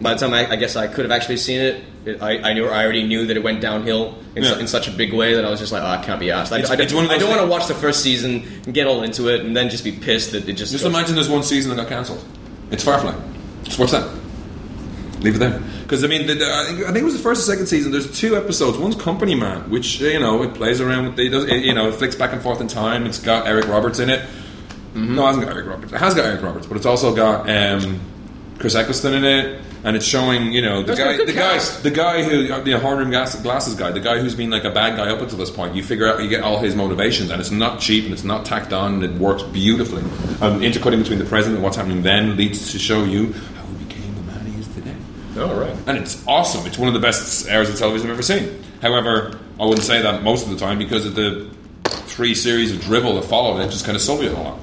by the time I, I guess I could have actually seen it, it I, I knew I already knew that it went downhill in, su-
Yeah.
in such a big way that I was just like, oh, I can't be asked. I,
It's-
I don't-
it's one of
I
those
don't want to
things-
watch the first season and get all into it, and then just be pissed that it just.
Just
goes-
imagine there's one season that got cancelled. It's Firefly. Just watch that. Leave it there. Because I mean, the, the, I, think, I think it was the first or second season. There's two episodes. One's Company Man, which uh, you know it plays around with. It does it, you know it flicks back and forth in time. It's got Eric Roberts in it. No, it hasn't got Eric Roberts. It has got Eric Roberts, but it's also got um, Chris Eccleston in it, and it's showing you know the
That's got a
guy,
good
the guy,
cast.
the guy who uh, the horn rim gas, glasses guy, the guy who's been like a bad guy up until this point. You figure out you get all his motivations, and it's not cheap, and it's not tacked on, and it works beautifully. Um, intercutting between the present and what's happening then leads to show you how he became the man he is today,
All right.
and it's awesome. It's one of the best hours of television I've ever seen. However, I wouldn't say that most of the time because of the three series of drivel that followed it, just kind of sold it a lot.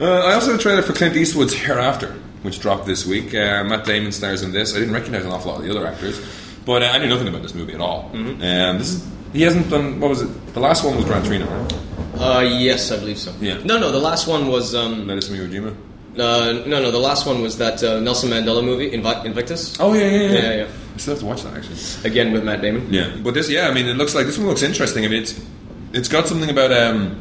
Uh, I also had a trailer for Clint Eastwood's Hereafter, which dropped this week. Uh, Matt Damon stars in this. I didn't recognize an awful lot of the other actors, but uh, I knew nothing about this movie at all. And this is, he hasn't done what was it? The last one was Gran Torino, right?
Uh, yes, I believe so.
Yeah.
No, no, the last one was um, uh,
Letters from Iwo Jima.
no, no, the last one was that uh, Nelson Mandela movie, Invi- Invictus.
Oh yeah, yeah,
Yeah, yeah.
I still have to watch that actually.
Again with Matt Damon.
Yeah, but this, yeah, I mean, it looks like this one looks interesting. I mean, it's it's got something about um,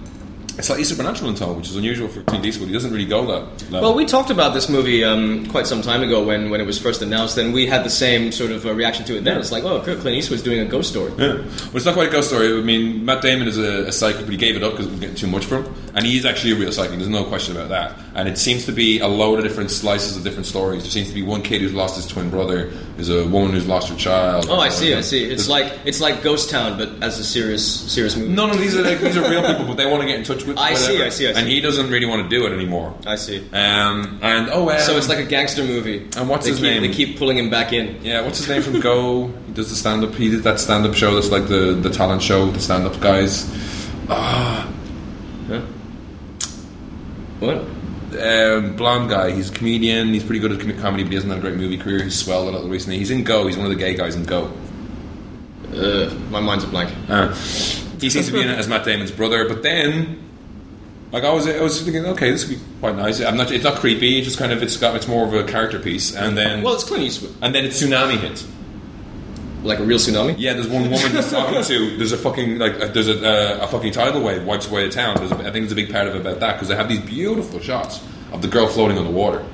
slightly supernatural in tone, which is unusual for Clint Eastwood. He doesn't really go that. Level.
Well, we talked about this movie um, quite some time ago when, when it was first announced, and we had the same sort of uh, reaction to it then. It's like, oh, Clint Eastwood's doing a ghost story.
Yeah. Well, it's not quite a ghost story. I mean, Matt Damon is a, a psychic, but he gave it up because it was getting too much for him. And he is actually a real psychic. There's no question about that. And it seems to be a load of different slices of different stories. There seems to be one kid who's lost his twin brother. There's a woman who's lost her child.
Oh, I see, I see. It's like it's like Ghost Town, but as a serious serious movie.
no, no. These are like, these are real people, but they want to get in touch with.
I see,
whatever.
I see, I see.
And he doesn't really want to do it anymore.
I see.
Um, and oh, um,
So it's like a gangster movie.
And what's
they
his
keep,
name?
They keep pulling him back in.
Yeah, what's his name from Go? He does the stand up. He did that stand up show that's like the, the talent show, with the stand up guys.
Huh? What?
Um, blonde guy, he's a comedian, he's pretty good at com- comedy, but he hasn't had a great movie career. He's swelled a lot recently. He's in Go, he's one of the gay guys in Go.
Uh, my mind's a blank.
Uh, he seems to be in it as Matt Damon's brother, but then. Like I was, I was thinking, okay, this could be quite nice. I'm not, it's not creepy. It's just kind of, it's got, it's more of a character piece. And then,
Well, it's Clint Eastwood.
and then a tsunami hits.
Like a real tsunami.
Yeah, there's one woman he's talking to. There's a fucking like uh, there's a, uh, a fucking tidal wave wipes away the town. There's a, I think there's a big part of it about that because they have these beautiful shots of the girl floating on the water,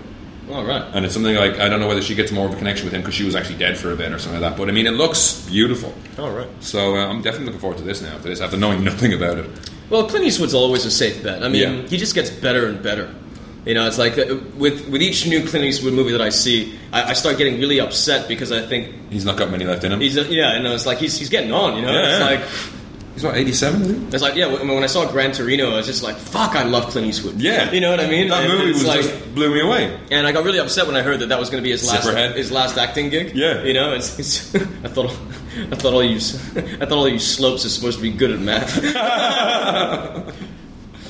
All right.
and it's something like I don't know whether she gets more of a connection with him because she was actually dead for a bit or something like that. But I mean, it looks beautiful.
All right.
So uh, I'm definitely looking forward to this now. After this, after knowing [LAUGHS] nothing about it,
Well, Clint Eastwood's always a safe bet. I mean,
Yeah.
he just gets better and better. You know, it's like uh, with with each new Clint Eastwood movie that I see, I, I start getting really upset because I think
he's not got many left in him. He's,
he's a, yeah, you know, it's like he's he's getting on. You know,
Yeah,
it's
yeah.
like
what 87. Is he?
it's like yeah. When, when I saw Gran Torino, I was just like, fuck, I love Clint Eastwood.
Yeah,
you know what I mean.
That
And
movie
it's
was
like,
just blew me away.
and I got really upset when I heard that that was going to be his last
Zipperhead.
his last acting gig.
Yeah.
you know, it's, it's [LAUGHS] I thought I thought all you s- [LAUGHS] I thought all you slopes are supposed to be good at
[LAUGHS]
math. I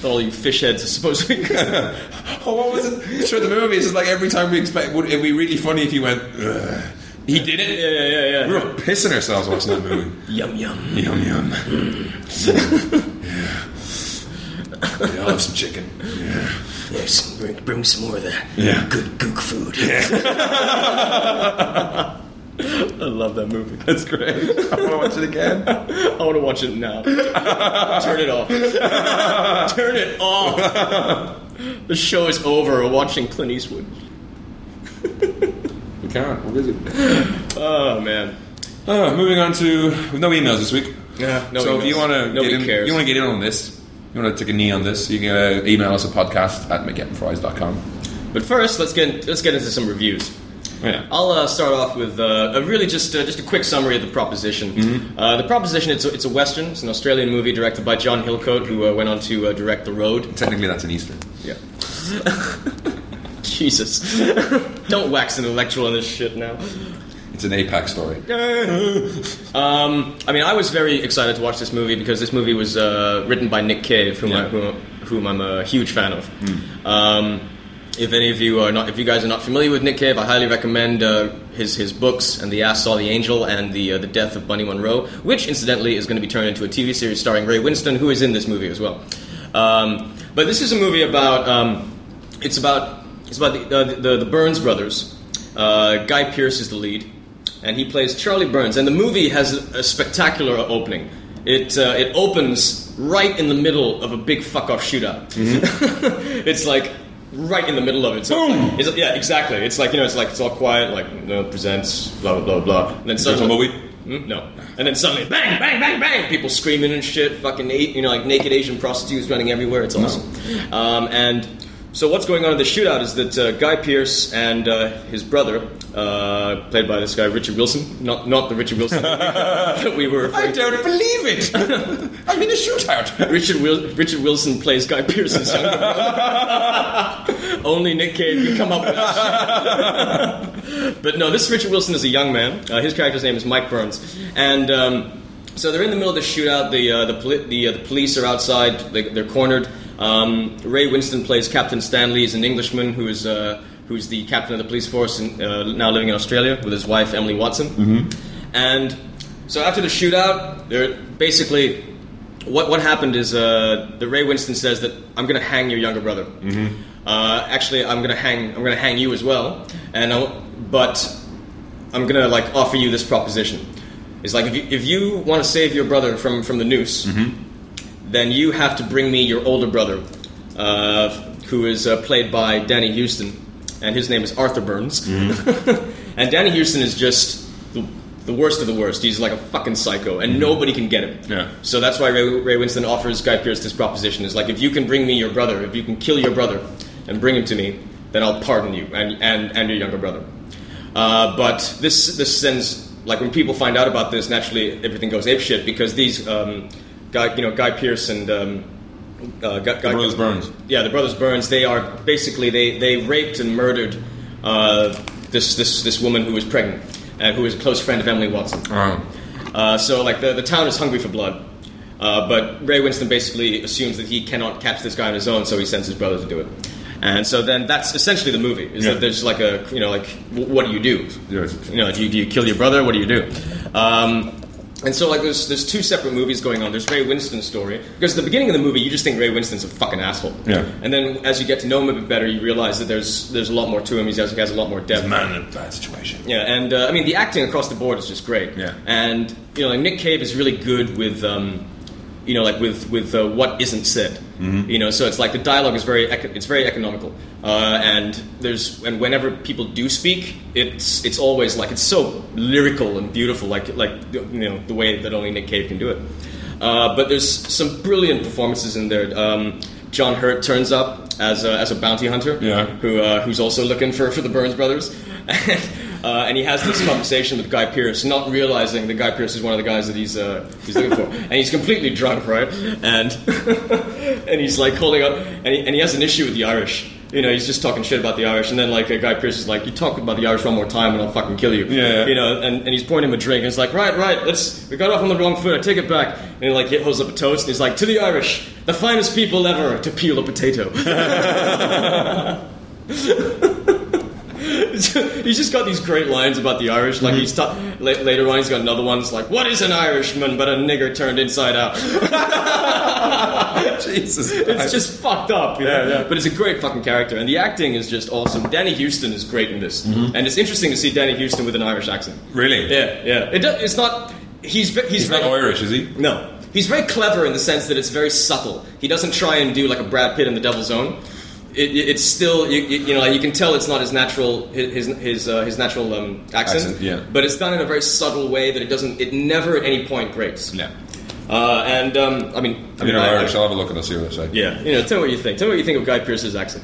thought all you fish heads are supposed to be. good
[LAUGHS] [LAUGHS] Oh, what was it? Sure, the movie is just like every time we expect. Would it be really funny if he went? "Ugh." He did it.
Yeah, yeah, yeah,
We
yeah.
were pissing ourselves watching that movie.
Yum yum.
yum yum. yeah. Mm. yeah. [LAUGHS] I'll have some chicken. Yeah.
Yes, bring, bring some more of that.
Yeah.
Good gook food. [LAUGHS] I love that movie.
That's great. [LAUGHS] I want to watch it again.
I want to watch it now. Turn
[LAUGHS]
it off. Turn it off. The show is over. We're watching Clint Eastwood.
We can't. We're busy.
Oh man.
Uh, moving on to we've no emails this week.
Yeah, no
so if you
emails.
want to
Nobody
get in,
cares.
you want to get in on this, you want to take a knee on this, you can uh, email us at podcast at mcgettingfries.com.
But first, let's get let's get into some reviews.
Yeah.
I'll uh, start off with uh, a really just uh, just a quick summary of the proposition.
Mm-hmm.
Uh, the proposition it's a, it's a western, it's an Australian movie directed by John Hillcoat, who uh, went on to uh, direct The Road.
Technically, that's an Easter.
Yeah. [LAUGHS] Jesus. [LAUGHS] Don't wax intellectual on this shit now.
It's an APAC story.
[LAUGHS] Um, I mean, I was very excited to watch this movie because this movie was uh, written by Nick Cave, whom, I,
Yeah.
whom, whom I'm a huge fan of. Um, if any of you are not, if you guys are not familiar with Nick Cave, I highly recommend uh, his his books and the Ass Saw the Angel and the uh, the Death of Bunny Monroe, which incidentally is going to be turned into a TV series starring Ray Winston, who is in this movie as well. Um, but this is a movie about um, it's about it's about the uh, the, the Burns brothers. Uh, Guy Pearce is the lead and he plays Charlie Burns. And the movie has a spectacular opening. It uh, it opens right in the middle of a big fuck off shootout. [LAUGHS] it's like right in the middle of it. So it's like- it's- yeah, exactly. It's like you know, it's like it's all quiet, like you know, presents blah blah blah blah, and then
There's a
suddenly.
movie.
Hmm? No. And then suddenly, bang, bang, bang, bang! People screaming and shit. Fucking, eight, you know, like naked Asian prostitutes running everywhere. It's awesome. Um, and so what's going on in the shootout is that uh, Guy Pearce and uh, his brother, uh, played by this guy Richard Wilson, not not the Richard Wilson [LAUGHS] that we were referring to.
don't believe it. [LAUGHS] I'm in a shootout.
Richard, Wil- Richard Wilson plays Guy Pearce's younger brother. [LAUGHS] Only Nick Cave can come up with that shit. [LAUGHS] but no, this Richard Wilson is a young man. Uh, his character's name is Mike Burns, and um, so they're in the middle of the shootout. The uh, the, poli- the, uh, the police are outside. They, they're cornered. Um, Ray Winston plays Captain Stanley. He's an Englishman who is. Uh, Who's the captain of the police force and uh, now living in Australia with his wife Emily Watson? Mm-hmm. And so after the shootout, they're basically what what happened is uh, the Ray Winston says that I'm going to hang your younger brother. Uh, actually, I'm going to hang I'm going to hang you as well. And I, but I'm going to like offer you this proposition. It's like if you, if you want to save your brother from from the noose, then you have to bring me your older brother, uh, who is uh, played by Danny Houston, and his name is Arthur Burns. [LAUGHS] and Danny Houston is just the, the worst of the worst. He's like a fucking psycho, and nobody can get him.
Yeah.
So that's why Ray, Ray Winston offers Guy Pearce this proposition: is like, if you can bring me your brother, if you can kill your brother and bring him to me, then I'll pardon you and and, and your younger brother. Uh, but this this sends like when people find out about this, naturally everything goes apeshit because these um, guy you know Guy Pearce and um, uh, Guy, Guy-
Brothers Burns.
yeah, the brothers Burns. They are basically they they raped and murdered uh, this this this woman who was pregnant and who was a close friend of Emily Watson.
Oh.
Uh, so like the the town is hungry for blood. Uh, but Ray Winston basically assumes that he cannot catch this guy on his own, so he sends his brother to do it. And so then that's essentially the movie. Is
Yeah.
that there's like a you know like w- what do you do?
Yeah.
You know, do you, do you kill your brother? What do you do? Um, and so like there's there's two separate movies going on. There's Ray Winston's story because at the beginning of the movie you just think Ray Winston's a fucking asshole.
Yeah.
And then as you get to know him a bit better, you realize that there's there's a lot more to him. He's- He has a lot more depth.
Man in a bad situation.
Yeah, and uh, I mean the acting across the board is just great.
Yeah.
and you know like Nick Cave is really good with, um, you know, like with with uh, what isn't said.
Mm-hmm.
You know, so it's like the dialogue is very eco- it's very economical, uh, and there's and whenever people do speak, it's it's always like it's so lyrical and beautiful, like like you know the way that only Nick Cave can do it. Uh, but there's some brilliant performances in there. Um, John Hurt turns up as a, as a bounty hunter
Yeah.
who uh, who's also looking for, for the Burns brothers. [LAUGHS] Uh, and he has this conversation with Guy Pearce, not realizing that Guy Pearce is one of the guys that he's uh, he's looking for. And he's completely drunk, right? And [LAUGHS] and he's like holding up, and he, and he has an issue with the Irish. You know, he's just talking shit about the Irish, and then like uh, Guy Pearce is like, "You talk about the Irish one more time, and I'll fucking kill you."
Yeah.
You know, and, and he's pouring him a drink, and it's like, "Right, right, let's we got off on the wrong foot. I take it back." And he like he holds up a toast, and he's like, "To the Irish, the finest people ever to peel a potato." [LAUGHS] he's just got these great lines about the Irish.
Mm-hmm.
Like he's ta- la- later on, he's got another one. It's like, "What is an Irishman but a nigger turned inside out?"
Jesus.
it's just fucked up. you know?
Yeah, yeah.
But it's a great fucking character, and the acting is just awesome. Danny Houston is great in this, and it's interesting to see Danny Houston with an Irish accent.
really.
Yeah, yeah. It do- it's not. He's ve- he's,
He's not
very-
Irish, is he?
No, he's very clever in the sense that it's very subtle. He doesn't try and do like a Brad Pitt in The Devil's Own. It, it- it's still you, you you know you can tell it's not his natural his his uh, his natural um, accent,
Accent, yeah.
but it's done in a very subtle way that it doesn't it never at any point grates.
No.
Uh, and um, I mean, I
You're
mean,
not
I-
Irish. I'll have a look and I'll see what I say.
yeah, you know, tell me what you think. Tell me what you think of Guy Pearce's accent.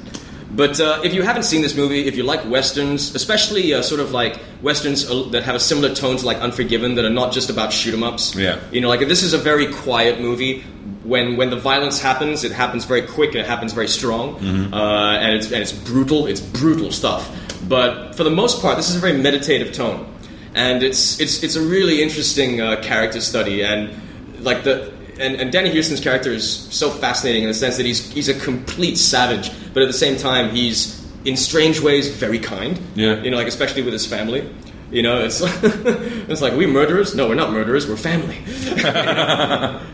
But uh, if you haven't seen this movie, if you like westerns, especially uh, sort of like westerns uh, that have a similar tone to like Unforgiven, that are not just about shoot 'em ups.
Yeah.
you know, like this is a very quiet movie. When when the violence happens, it happens very quick and it happens very strong, uh, and it's and it's brutal. It's brutal stuff. But for the most part, this is a very meditative tone, and it's it's it's a really interesting uh, character study and like the and, and Danny Houston's character is so fascinating in the sense that he's he's a complete savage, but at the same time he's in strange ways very kind.
Yeah.
you know, like especially with his family. You know, it's [LAUGHS] it's like we murderers? No, we're not murderers. We're family. [LAUGHS]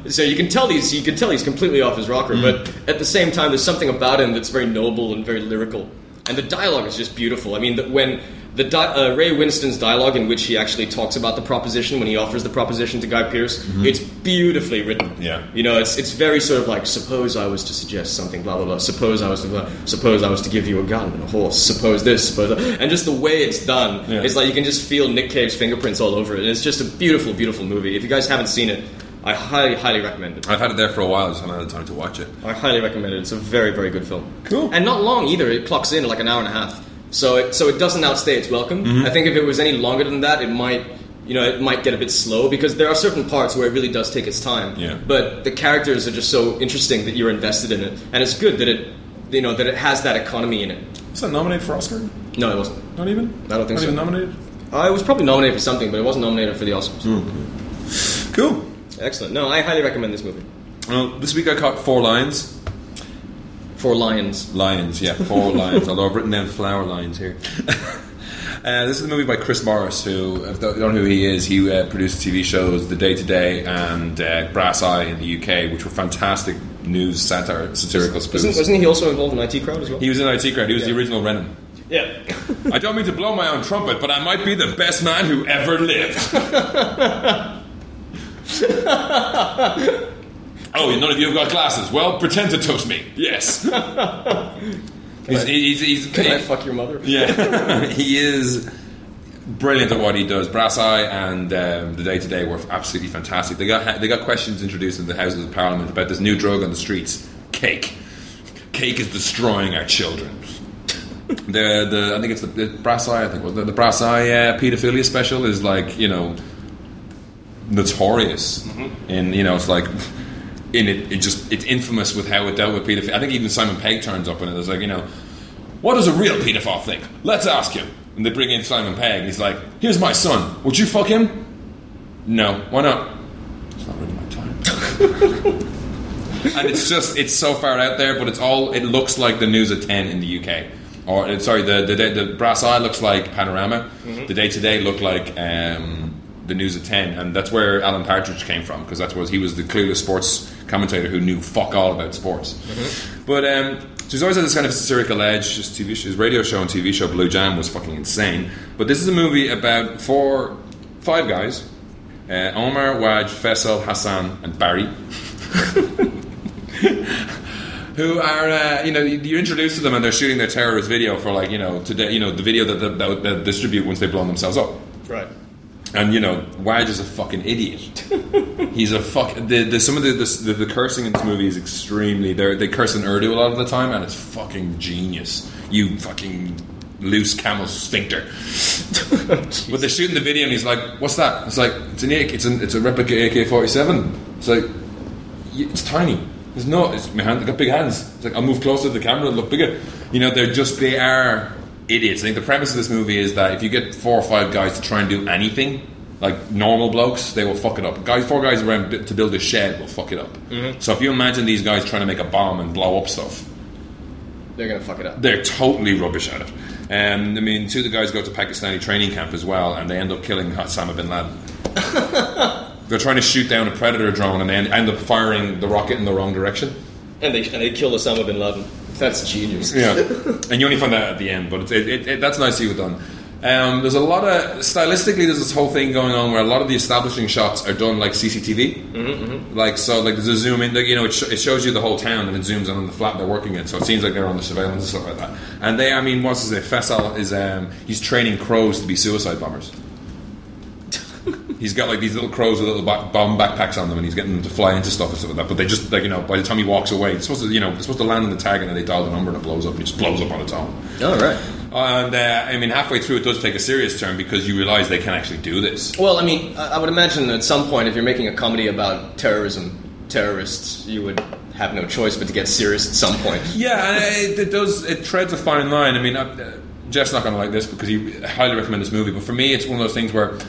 so you can tell he's you can tell he's completely off his rocker, but at the same time, there's something about him that's very noble and very lyrical, and the dialogue is just beautiful. I mean, the, when the di- uh, Ray Winston's dialogue, in which he actually talks about the proposition when he offers the proposition to Guy Pearce, it's beautifully written.
Yeah.
you know, it's it's very sort of like suppose I was to suggest something, blah blah blah. Suppose I was to blah, suppose I was to give you a gun and a horse. Suppose this, suppose that. and just the way it's done,
Yeah.
it's like you can just feel Nick Cave's fingerprints all over it. And it's just a beautiful, beautiful movie. If you guys haven't seen it, I highly, highly recommend it.
I've had it there for a while. I just haven't had the time to watch it.
I highly recommend it. It's a very, very good film.
Cool.
And not long either. It clocks in at like an hour and a half. So it so it doesn't outstay its welcome. I think if it was any longer than that, it might you know it might get a bit slow because there are certain parts where it really does take its time.
Yeah.
But the characters are just so interesting that you're invested in it, and it's good that it you know that it has that economy in it.
Was that nominated for Oscar?
No, it wasn't.
Not even.
I don't think so.
Even nominated.
I was probably nominated for something, but it wasn't nominated for the Oscars.
Cool.
Excellent. No, I highly recommend this movie.
Well, this week I caught four lions.
For Lions.
Lions, yeah, [LAUGHS] four lions. Although I've written down flower lines here. [LAUGHS] uh, this is a movie by Chris Morris, who if you don't know who he is. He uh, produced TV shows The Day to Day and uh, Brass Eye in the UK, which were fantastic news satire satirical spoofs.
Isn't, wasn't he also involved in IT Crowd as well?
he was in IT crowd. He was the
Yeah.
original Renan.
[LAUGHS] yeah.
I don't mean to blow my own trumpet, but I might be the best man who
[LAUGHS]
ever lived. Oh, none of you have got glasses. Well, pretend to toast me.
[LAUGHS]
Yes. he's, he's, he's,
Can [LAUGHS] I fuck your mother?
yeah, [LAUGHS] he is brilliant at what he does. Brass Eye and um, the Day to Day were absolutely fantastic. They got they got questions introduced in the Houses of Parliament about this new drug on the streets, cake. Cake is destroying our children. the the I think it's the, the Brass Eye. I think was the, the Brass Eye uh, pedophilia special is like you know notorious, and you know it's like. In it, it just it's infamous with how it dealt with pedophilia. I think even Simon Pegg turns up in it. It's like you know, what does a real pedophile think? Let's ask him. And they bring in Simon Pegg, and he's like, Here's my son. Would you fuck him? No. Why not? It's not really my time. and it's just, it's so far out there, but it's all, it looks like the news at 10 in the UK. Or, uh, sorry, the, the, the, the brass eye looks like Panorama. The day to day looked like um, the news at 10. And that's where Alan Partridge came from, because that's what he was the clueless sports commentator who knew fuck all about sports. But, um, so he's always had this kind of satirical edge. His TV, sh- his radio show and TV show Blue Jam was fucking insane. But this is a movie about four, five guys: uh, Omar, Waj, Faisal, Hassan, and Barry. Who are uh, you know? you- You're introduced to them, and they're shooting their terrorist video for like you know today. You know the video that that, that, that distribute once they've blown themselves up.
[LAUGHS] Right.
And you know, Waj is a fucking idiot. He's a fuck. The, the, some of the, the the cursing in this movie is extremely. They they curse in Urdu a lot of the time, and it's fucking genius. You fucking loose camel sphincter.
Oh,
but they're shooting the video, and he's like, "What's that?" It's like it's an AK, it's an, it's a replica AK forty seven. It's like y- it's tiny. There's no. It's my hand. I've got big hands. It's like I'll move closer to the camera and look bigger. You know, they're just they are idiots. I think the premise of this movie is that if you get four or five guys to try and do anything, like normal blokes, they will fuck it up. Guys, four guys around b- to build a shed will fuck it up. So if you imagine these guys trying to make a bomb and blow up stuff,
They're gonna fuck it up.
they're totally rubbish at it. Um, I mean, two of the guys go to Pakistani training camp as well, and they end up killing Osama bin Laden. they're trying to shoot down a predator drone, and they end- end up firing the rocket in the wrong direction.
And they and they killed Osama bin Laden. That's genius.
Yeah, [LAUGHS] and you only find that at the end, but it, it, it, that's nicely done. Um, there's a lot of stylistically, there's this whole thing going on where a lot of the establishing shots are done like CCTV, mm-hmm. like so, like there's a zoom in, like, you know, it, sh- it shows you the whole town and it zooms in on the flat they're working in, so it seems like they're on the surveillance and stuff like that. And they, I mean, what's his name? Fessel is um, he's training crows to be suicide bombers. He's got like these little crows with little back, bomb backpacks on them, and he's getting them to fly into stuff and stuff like that. But they just like you know, by the time he walks away, it's supposed to you know, it's supposed to land in the tag, and then they dial the number and it blows up. And it just blows up on its own.
All right.
And uh, I mean, halfway through, it does take a serious turn because you realise they can actually do this.
Well, I mean, I I would imagine at some point, if you're making a comedy about terrorism, terrorists, you would have no choice but to get serious at some point.
Yeah, and it, it does. It treads a fine line. I mean, uh, Jeff's not going to like this because he highly recommend this movie. But for me, it's one of those things where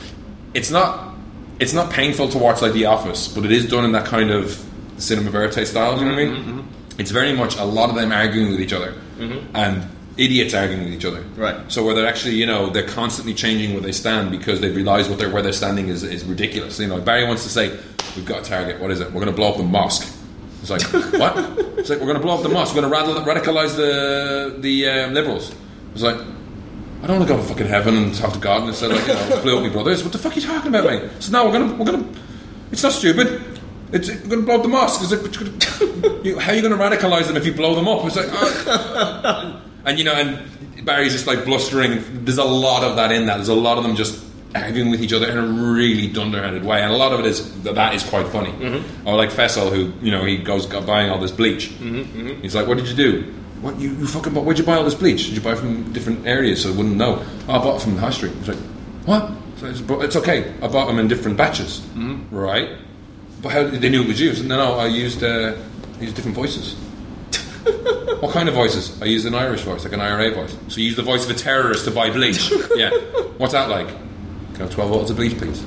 it's not it's not painful to watch like The Office, but it is done in that kind of cinema verite style. You know what I mean? It's very much a lot of them arguing with each other and idiots arguing with each other.
Right.
So where they're actually, you know, they're constantly changing where they stand because they realise what they're where they're standing is, is ridiculous. You know, Barry wants to say, "We've got a target. What is it? We're going to blow up the mosque." It's like what? It's like we're going to blow up the mosque. We're going to radicalize the the um, liberals. It's like I don't want to go to fucking heaven and talk to God and instead like you know [LAUGHS] blew up my brothers. What the fuck are you talking about, mate? So now we're gonna we're gonna. It's not stupid. It's we're gonna blow up the mosque. It's like, [LAUGHS] but you're gonna- you, how are you gonna radicalize them if you blow them up? It's like, ah. and you know, and Barry's just like blustering. There's a lot of that in that. There's a lot of them just arguing with each other in a really dunderheaded way, and a lot of it is that, that is quite funny. Or like Fessel, who you know he goes got buying all this bleach. He's like, "What did you do? Mm-hmm. What you, you fucking bought? Where'd you buy all this bleach? Did you buy from different areas so I wouldn't know? Oh, I bought it from the high street." He's like, "What?" So it's, but it's okay. I bought them in different batches, right? But how did they knew it was you? So, no, no, I used uh, I used different [LAUGHS] voices. What kind of voices? I used an Irish voice, like an IRA voice. So you use the voice of a terrorist to buy bleach. [LAUGHS] yeah. What's that like? Can I have 12 bottles of bleach, please?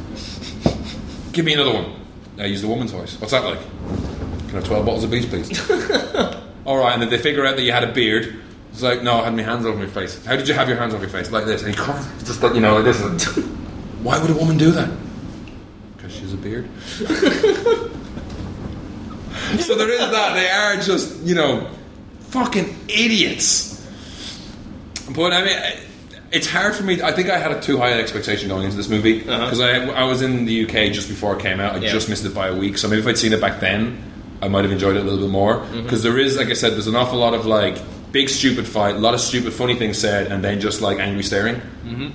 Give me another one. I use the woman's voice. What's that like? Can I have 12 bottles of bleach, please? All right, and then they figure out that you had a beard. It's like, no, I had my hands over my face. How did you have your hands over your face? Like this. And he covers, just like, you know, like this. Why would a woman do that? Because she has a beard. [LAUGHS] so there is that. They are just, you know, fucking idiots. But I mean, I- it's hard for me. I think I had a too high an expectation going into this movie because I, I was in the UK just before it came out. I
Yeah.
just missed it by a week. So maybe if I'd seen it back then, I might have enjoyed it a little bit more because is, like I said, there's an awful lot of like big stupid fight, a lot of stupid funny things said, and then just like angry staring. Mm-hmm.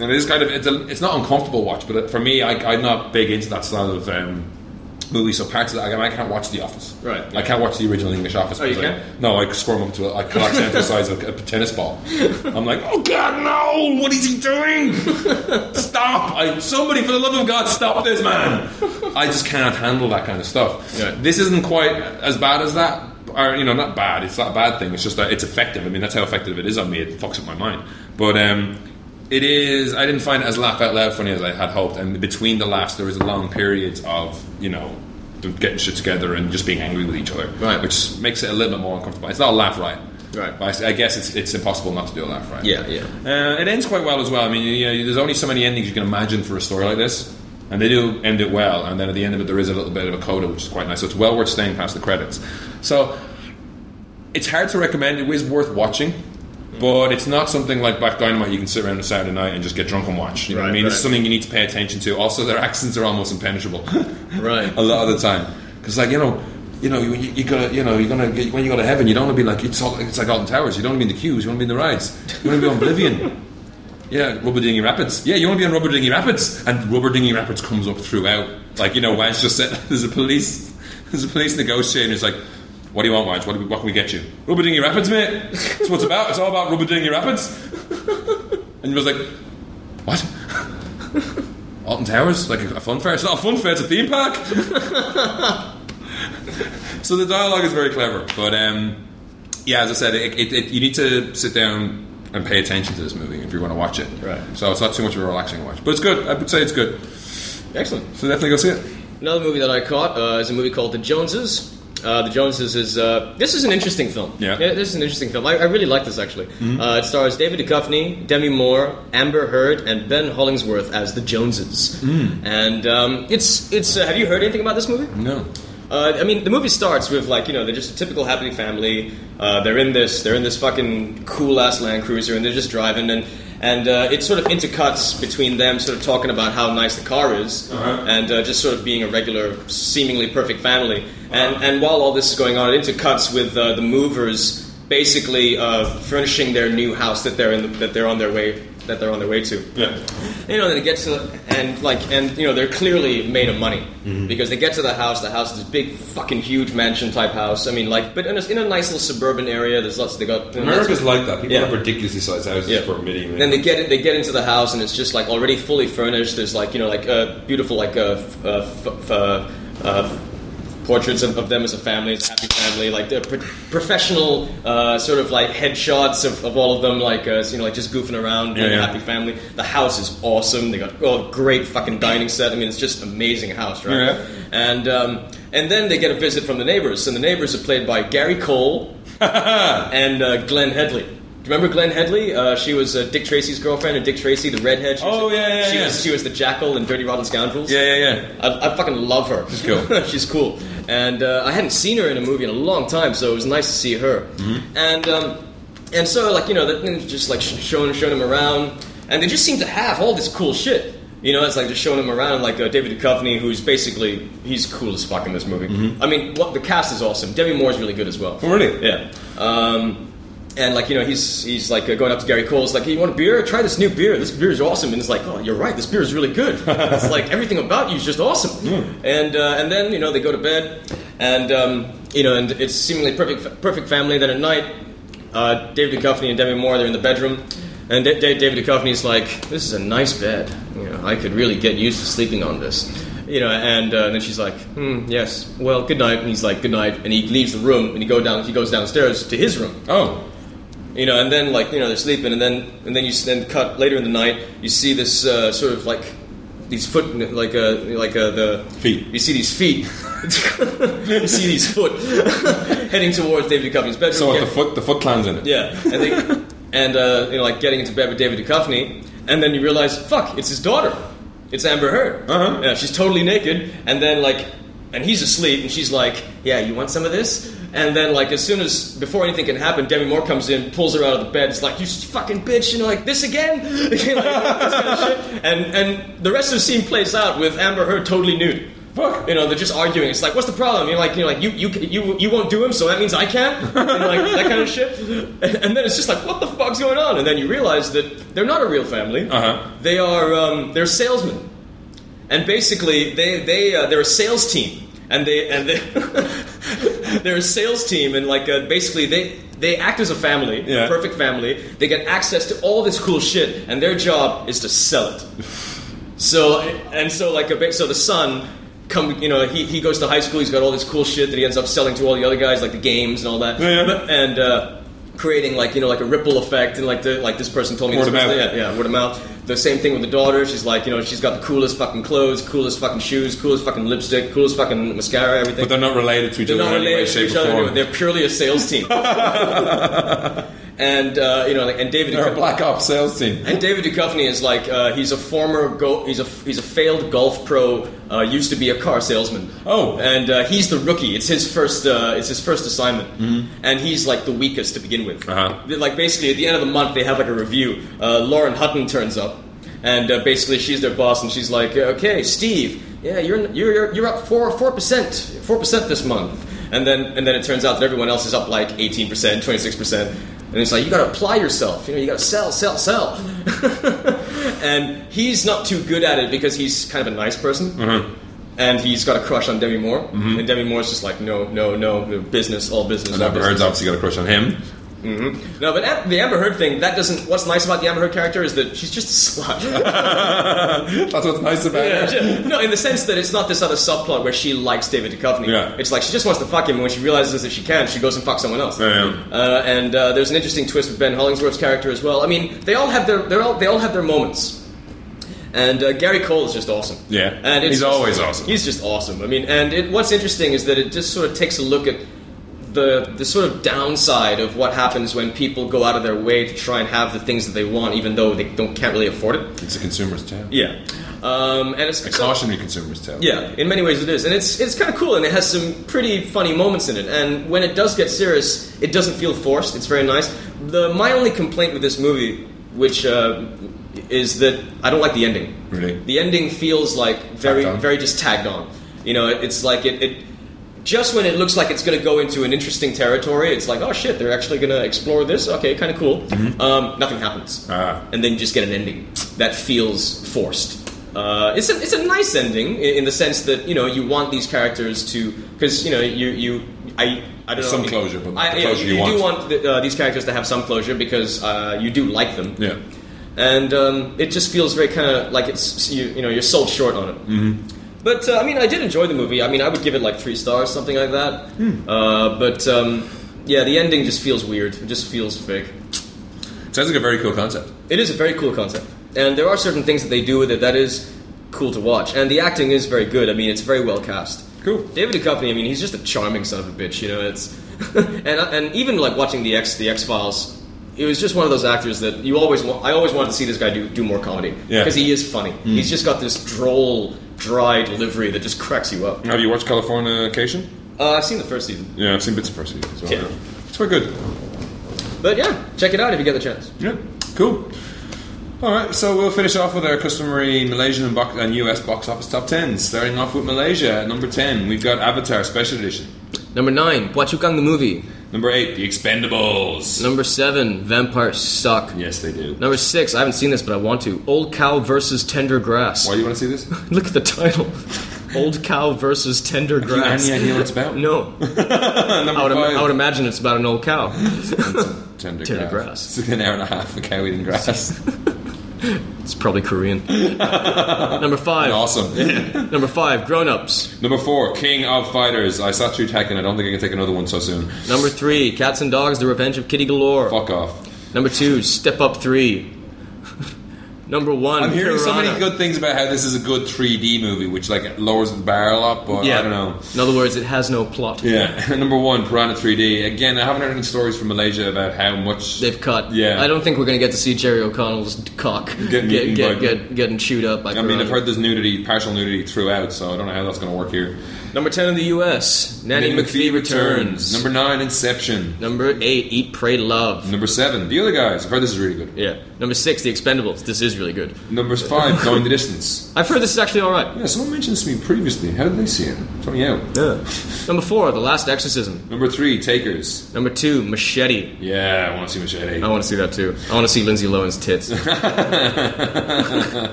And it is kind of it's, a, it's not uncomfortable watch, but for me, I, I'm not big into that style of um, movie. So parts of that, I, I can't watch The Office.
Right.
I can't watch the original English Office.
Oh, you
because I-
can't?
no, I squirm up to it. I collapse down to the size of a
[LAUGHS]
tennis ball. I'm like, oh god, no! What is he doing? Stop! I, somebody, for the love of God, stop this man! I just can't handle that kind of stuff.
Yeah.
This isn't quite as bad as that. Or you know, not bad. It's not a bad thing. It's just that it's effective. I mean, that's how effective it is on me. It fucks up my mind. But um, it is. I didn't find it as laugh out loud funny as I had hoped. And between the laughs, there was a long periods of you know them getting shit together and just being angry with each other,
Right.
which makes it a little bit more uncomfortable. It's not a laugh riot,
[LAUGHS] Right.
But I, I guess it's, it's impossible not to do a laugh riot.
Yeah, yeah.
Uh, it ends quite well as well. I mean, you know, there's only so many endings you can imagine for a story like this, and they do end it well. And then at the end of it, there is a little bit of a coda, which is quite nice. So it's well worth staying past the credits. So it's hard to recommend. It is worth watching. But it's not something like Black Dynamite you can sit around on Saturday night and just get drunk and watch. You know what I
Right,
mean? It's
right.
something you need to pay attention to. Also, their [LAUGHS] accents are almost impenetrable. [LAUGHS]
Right.
a lot of the time because like you know you know you, you, you gotta you know you're gonna get, when you go to heaven you don't want to be like it's, all, it's like Alton Towers you don't want to be in the queues you want to be in the rides you want to be on Oblivion [LAUGHS] yeah Rubber Dinghy Rapids yeah you want to be on Rubber Dinghy Rapids and Rubber Dinghy Rapids comes up throughout like you know Wedge just said [LAUGHS] there's a police there's a police negotiator he's like what do you want Wedge what, do we, what can we get you Rubber Dinghy Rapids mate [LAUGHS] that's what it's about it's all about Rubber Dinghy Rapids [LAUGHS] and he was like what Alton Towers like a, a fun fair it's not a fun fair it's a theme park [LAUGHS] so the dialogue is very clever, but um, yeah, as I said, it, it, it, you need to sit down and pay attention to this movie if you want to watch it.
Right.
So it's not too much of a relaxing watch, but it's good. I would say it's good.
Excellent.
So definitely go see it.
Another movie that I caught uh, is a movie called The Joneses. Uh, the Joneses is uh, this is an interesting film.
Yeah. Mm-hmm.
this is an interesting film. I, I really like this actually. Uh, it stars David Duchovny, Demi Moore, Amber Heard, and Ben Hollingsworth as the Joneses.
Mm.
And um, it's it's. Uh, have you heard anything about this movie?
No.
Uh, I mean, the movie starts with like you know they're just a typical happy family. Uh, they're in this they're in this fucking cool ass Land Cruiser and they're just driving and and uh, it sort of intercuts between them sort of talking about how nice the car is and uh, just sort of being a regular, seemingly perfect family. And and while all this is going on, it intercuts with uh, the movers basically uh, furnishing their new house that they're in the, that they're on their way that they're on their way to
Yeah.
you know, then it gets to the, and like and you know they're clearly made of money because they get to the house. The house is this big fucking huge mansion type house. I mean, like, but in a, in a nice little suburban area. There's lots. They got you know,
America's like that. People
Yeah.
have ridiculously sized houses for a million.
then
[LAUGHS]
they get it, they get into the house and it's just like already fully furnished. There's like you know like uh, beautiful like uh, f- uh, f- uh, uh, portraits of, of them as a family, as a happy family, like they're pro- professional uh, sort of like headshots of, of all of them, like uh, you know like just goofing around, being
Yeah, yeah.
a happy family. The house is awesome. They got oh great
[CLEARS THROAT]
fucking dining set. I mean it's just amazing house, right?
Yeah.
And um, and then they get a visit from the neighbors, and the neighbors are played by Gary Cole and uh, Glenn Headley. Do you remember Glenn Headley? Uh, she was uh, Dick Tracy's girlfriend, and Dick Tracy, the redhead. She was,
Oh, yeah, yeah,
she
yeah.
was she was the jackal in Dirty Rotten Scoundrels.
yeah, yeah, yeah.
I, I fucking love her.
She's
[LAUGHS]
cool.
She's cool. And uh, I hadn't seen her in a movie in a long time, so it was nice to see her.
Mm-hmm.
And um, and so like you know, that- and just like sh- showing showing him around, and they just seem to have all this cool shit. You know, it's like just showing him around, like uh, David Duchovny, who's basically he's cool as fuck in this movie. I mean, what, the cast is awesome. Demi Moore's really good as well.
Mm-hmm. Oh, really?
Yeah. Um, and like you know, he's he's like uh, going up to Gary Cole's like, "Hey, you want a beer? Try this new beer. This beer is awesome." And it's like, "Oh, you're right. This beer is really good. it's like everything about you is just awesome." And uh, and then you know they go to bed, and um, you know, and it's seemingly perfect perfect family. Then at night, uh, David Duchovny and Demi Moore they're in the bedroom, and D- D- David Duchovny's like, "This is a nice bed. You know, I could really get used to sleeping on this." You know, and, uh, and then she's like, hmm, "Yes, well, good night." And he's like, "Good night," and he leaves the room and he go down. He goes downstairs to his room
Oh,
you know, and then like you know they're sleeping, and then and then you s- then cut later in the night, you see this uh, sort of like these foot like uh, like uh, the
Feet.
You see these feet. [LAUGHS] you see these foot heading towards David Duchovny's bedroom.
so what,
Yeah.
the foot the foot clan's in it.
Yeah, and they, and uh, you know, like getting into bed with David Duchovny, and then you realize, fuck, it's his daughter, it's Amber Heard.
Uh-huh.
Yeah, she's totally naked, and then like, and he's asleep, and she's like, yeah, you want some of this? And then like, as soon as before anything can happen, Demi Moore comes in, pulls her out of the bed, it's like, you fucking bitch, you know, like this again, [LAUGHS] You know, like, this kind of shit. and and the rest of the scene plays out with Amber Heard totally nude.
fuck?
You know, they're just arguing. It's like, what's the problem? You're like, you're like, you you you you won't do him, so that means I can't. You know, like that kind of shit. [LAUGHS] And, and then it's just like, what the fuck's going on? And then you realize that they're not a real family.
Uh-huh.
They are um, they're salesmen, and basically they they uh, they're a sales team, and they [LAUGHS] and they they're a sales team, and like uh, basically they. They act as a family,
Yeah.
a perfect family. They get access to all this cool shit, and their job is to sell it. So and so like a bit, so the son come you know he, he goes to high school he's got all this cool shit that he ends up selling to all the other guys like the games and all that
Yeah, yeah.
But- and uh, creating like you know like a ripple effect and like the like this person told me
Word
this
of
person-
mouth.
yeah yeah word of mouth the same thing with the daughter she's like you know she's got the coolest fucking clothes coolest fucking shoes coolest fucking lipstick coolest fucking mascara everything
But they're not related to each
they're
other
not
in any way,
related to
shape,
each
or
other
form.
they're purely a sales team
[LAUGHS]
and uh, you know like, and David
They're a black ops sales team.
and David Duchovny is like uh, he's a former go- he's a he's a failed golf pro. Uh, used to be a car salesman.
Oh.
and uh, he's the rookie. It's his first uh, it's his first assignment, and he's like the weakest to begin with.
Uh-huh.
Like basically at the end of the month they have like a review. Uh, Lauren Hutton turns up, and uh, basically she's their boss, and she's like, "Okay, Steve, yeah, you're you're you're up four four percent four percent this month," and then and then it turns out that everyone else is up like eighteen percent, twenty six percent. And it's like you got to apply yourself, you know. You got to sell, sell, sell. and he's not too good at it because he's kind of a nice person, and he's got a crush on Demi Moore. And Demi Moore's just like, no, no, no, business, all business.
And
all
Amber
business.
Heard's obviously got a crush on him.
No, but Am- the Amber Heard thing, that doesn't. What's nice about the Amber Heard character is that she's just a slut.
That's what's nice about it.
no, in the sense that it's not this other subplot where she likes David Duchovny.
Yeah.
It's like she just wants to fuck him, and when she realizes that she can, she goes and fucks someone else.
Yeah, yeah.
Uh, and uh, there's an interesting twist with Ben Hollingsworth's character as well. I mean, they all have their they're all, they all have their moments. And uh, Gary Cole is just awesome.
Yeah.
and it's
He's
just-
always awesome.
He's just awesome. I mean, and it, what's interesting is that it just sort of takes a look at the the sort of downside of what happens when people go out of their way to try and have the things that they want, even though they don't can't really afford it.
It's a consumer's tale.
Yeah, um, and it's
A cautionary consumer's tale.
yeah, in many ways it is, and it's it's kind of cool, and it has some pretty funny moments in it. And when it does get serious, it doesn't feel forced. It's very nice. The my only complaint with this movie, which uh, is that I don't like the ending.
Really?
the ending feels like very
Tagged on.
very just tagged on. You know, it's like it. it just when it looks like it's going to go into an interesting territory, it's like, oh shit, they're actually going to explore this. Okay, kind of cool. Um, nothing happens
Mm-hmm. Ah.
and then you just get an ending that feels forced. Uh, it's, a, it's a nice ending in, in the sense that you know you want these characters to because you know you you I. I don't know,
Some closure, but not
I-
the
yeah,
closure
you,
you
do
want.
want the, uh, these characters to have some closure because uh, you do like them,
Yeah.
and um, it just feels very kind of like it's you, you know you're sold short on it. But uh, I mean, I did enjoy the movie. I mean, I would give it like three stars, something like that. Uh, but um, yeah, the ending just feels weird. It just feels fake.
Sounds like a very cool concept.
It is a very cool concept, and there are certain things that they do with it that is cool to watch. And the acting is very good. I mean, it's very well cast.
Cool.
David Duchovny. I mean, he's just a charming son of a bitch. You know, it's [LAUGHS] and and even like watching the X the X Files. It was just one of those actors that you always. wa- I always wanted to see this guy do do more comedy
Yeah. Hmm.
because he is funny. He's just got this droll, dry delivery that just cracks you up.
Have you watched Californication?
Uh, I've seen the first season,
Yeah, I've seen bits of first season. as well.
Yeah.
It's quite good.
but yeah, check it out if you get the chance.
Yeah, cool. All right, so we'll finish off with our customary Malaysian and, box- and US box office top tens. Starting off with Malaysia at number ten, we've got Avatar Special Edition.
Number nine, Huachukang the movie.
Number eight, The Expendables.
Number seven, Vampires Suck.
Yes, they do.
Number six, I haven't seen this, but I want to. Old Cow versus Tender Grass.
Why do you want to [LAUGHS] see this?
[LAUGHS] Look at the title. [LAUGHS] Old Cow versus Tender
you
Grass.
any idea what it's about?
No.
number
I would,
five,
I would imagine it's about an old
[LAUGHS]
cow.
Tender,
Tender
grass. [LAUGHS]
Grass.
It's an hour and a half of cow
[LAUGHS]
eating grass. [LAUGHS]
It's probably Korean. Number five.
awesome.
Number five, Grown Ups.
Number four, King of Fighters. I sat through Tekken. I don't think I can take another one so soon.
Number three, Cats and Dogs, The Revenge of Kitty Galore.
Fuck off.
Number two, Step Up 3. [LAUGHS] Number one,
I'm hearing so many
Piranha.
good things about how this is a good 3D movie, which like lowers the bar a lot, but
yeah.
I don't know.
In other words, it has no plot.
Yeah, [LAUGHS] number one, Piranha 3D. Again, I haven't heard any stories from Malaysia about how much
They've cut.
Yeah.
I don't think we're going to get to see Jerry O'Connell's d- cock
Getting
get,
eaten
get,
by-
get- getting chewed up by
I mean, I've
piranha.
heard there's nudity, partial nudity throughout, so I don't know how that's going to work here.
Number 10 in the US, Nanny McPhee, returns.
Number nine, Inception.
Number 8, Eat, Pray, Love.
Number seven, The Other Guys. I've heard this is really good.
Yeah. Number 6, The Expendables. This is is really good.
Number five, going the distance.
I've heard this is actually all right.
Yeah, someone mentioned this to me previously. How did they see it? Tell me out.
Yeah. Number four, The Last Exorcism.
Number three, Takers. Oh,
Number two, Machete.
Yeah, I want to see Machete.
I want to see that too. I want to see Lindsay Lohan's
[LAUGHS]
tits.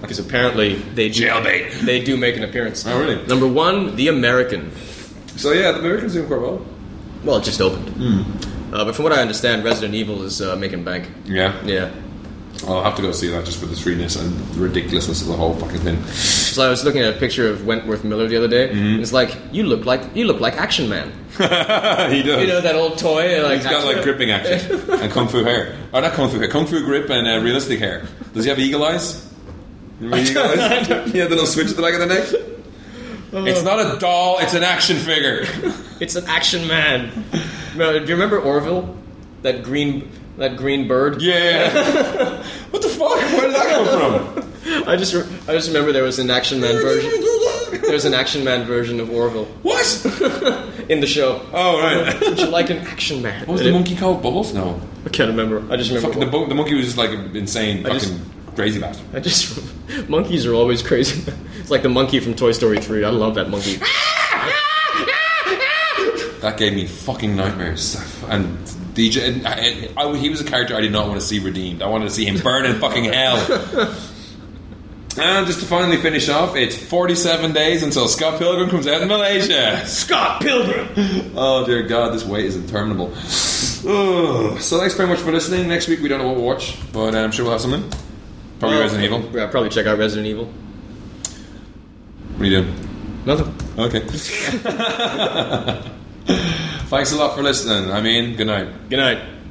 Because apparently they do,
Jailbait.
they do make an appearance.
Oh, really?
Number one, The American.
So yeah, the Americans doing quite well.
Well, it just opened.
Hmm.
Uh, but from what I understand, Resident Evil is uh, making bank.
Yeah.
Yeah.
I'll have to go see that just for the freeness and the ridiculousness of the whole fucking thing. [LAUGHS]
So I was looking at a picture of Wentworth Miller the other day,
Mm-hmm.
and it's like you look like you look like Action Man.
he does.
You know that old toy, like
He's got like gripping action and kung fu hair. Oh, not kung fu hair, kung fu grip and uh, realistic hair. Does he have eagle eyes? Remember eagle [LAUGHS] eyes? He had the little switch at the back of the neck. It's not a doll; it's an action figure.
It's an Action Man. No, do you remember Orville? That green that green bird.
Yeah. [LAUGHS] what the fuck? Where did that come [LAUGHS] from?
I just re- I just remember there was an Action Man version. There's an Action Man version of Orville
[LAUGHS]
[LAUGHS]
what?
in the show.
Oh right.
Would you like an Action Man?
What was the monkey called? Bubbles? No.
I can't remember. I just remember.
Fucking the, bo- the monkey was just like an insane, fucking
just-
crazy bastard.
I just monkeys are always crazy. [LAUGHS] It's like the monkey from Toy Story 3. I love that monkey.
That gave me fucking nightmares. And DJ, and I, I, I- he was a character I did not want to see redeemed. I wanted to see him burn in fucking hell.
[LAUGHS]
And just to finally finish off, it's 47 days until Scott Pilgrim comes out in Malaysia.
Scott Pilgrim.
Oh dear God, this wait is interminable. Ugh. So thanks very much for listening. Next week we don't know what we'll watch, but I'm sure we'll have something. Probably Resident Evil.
Yeah, probably check out Resident Evil.
What are you doing?
Nothing. [LAUGHS]
Okay. [LAUGHS] thanks a lot for listening. I mean, good night.
Good night.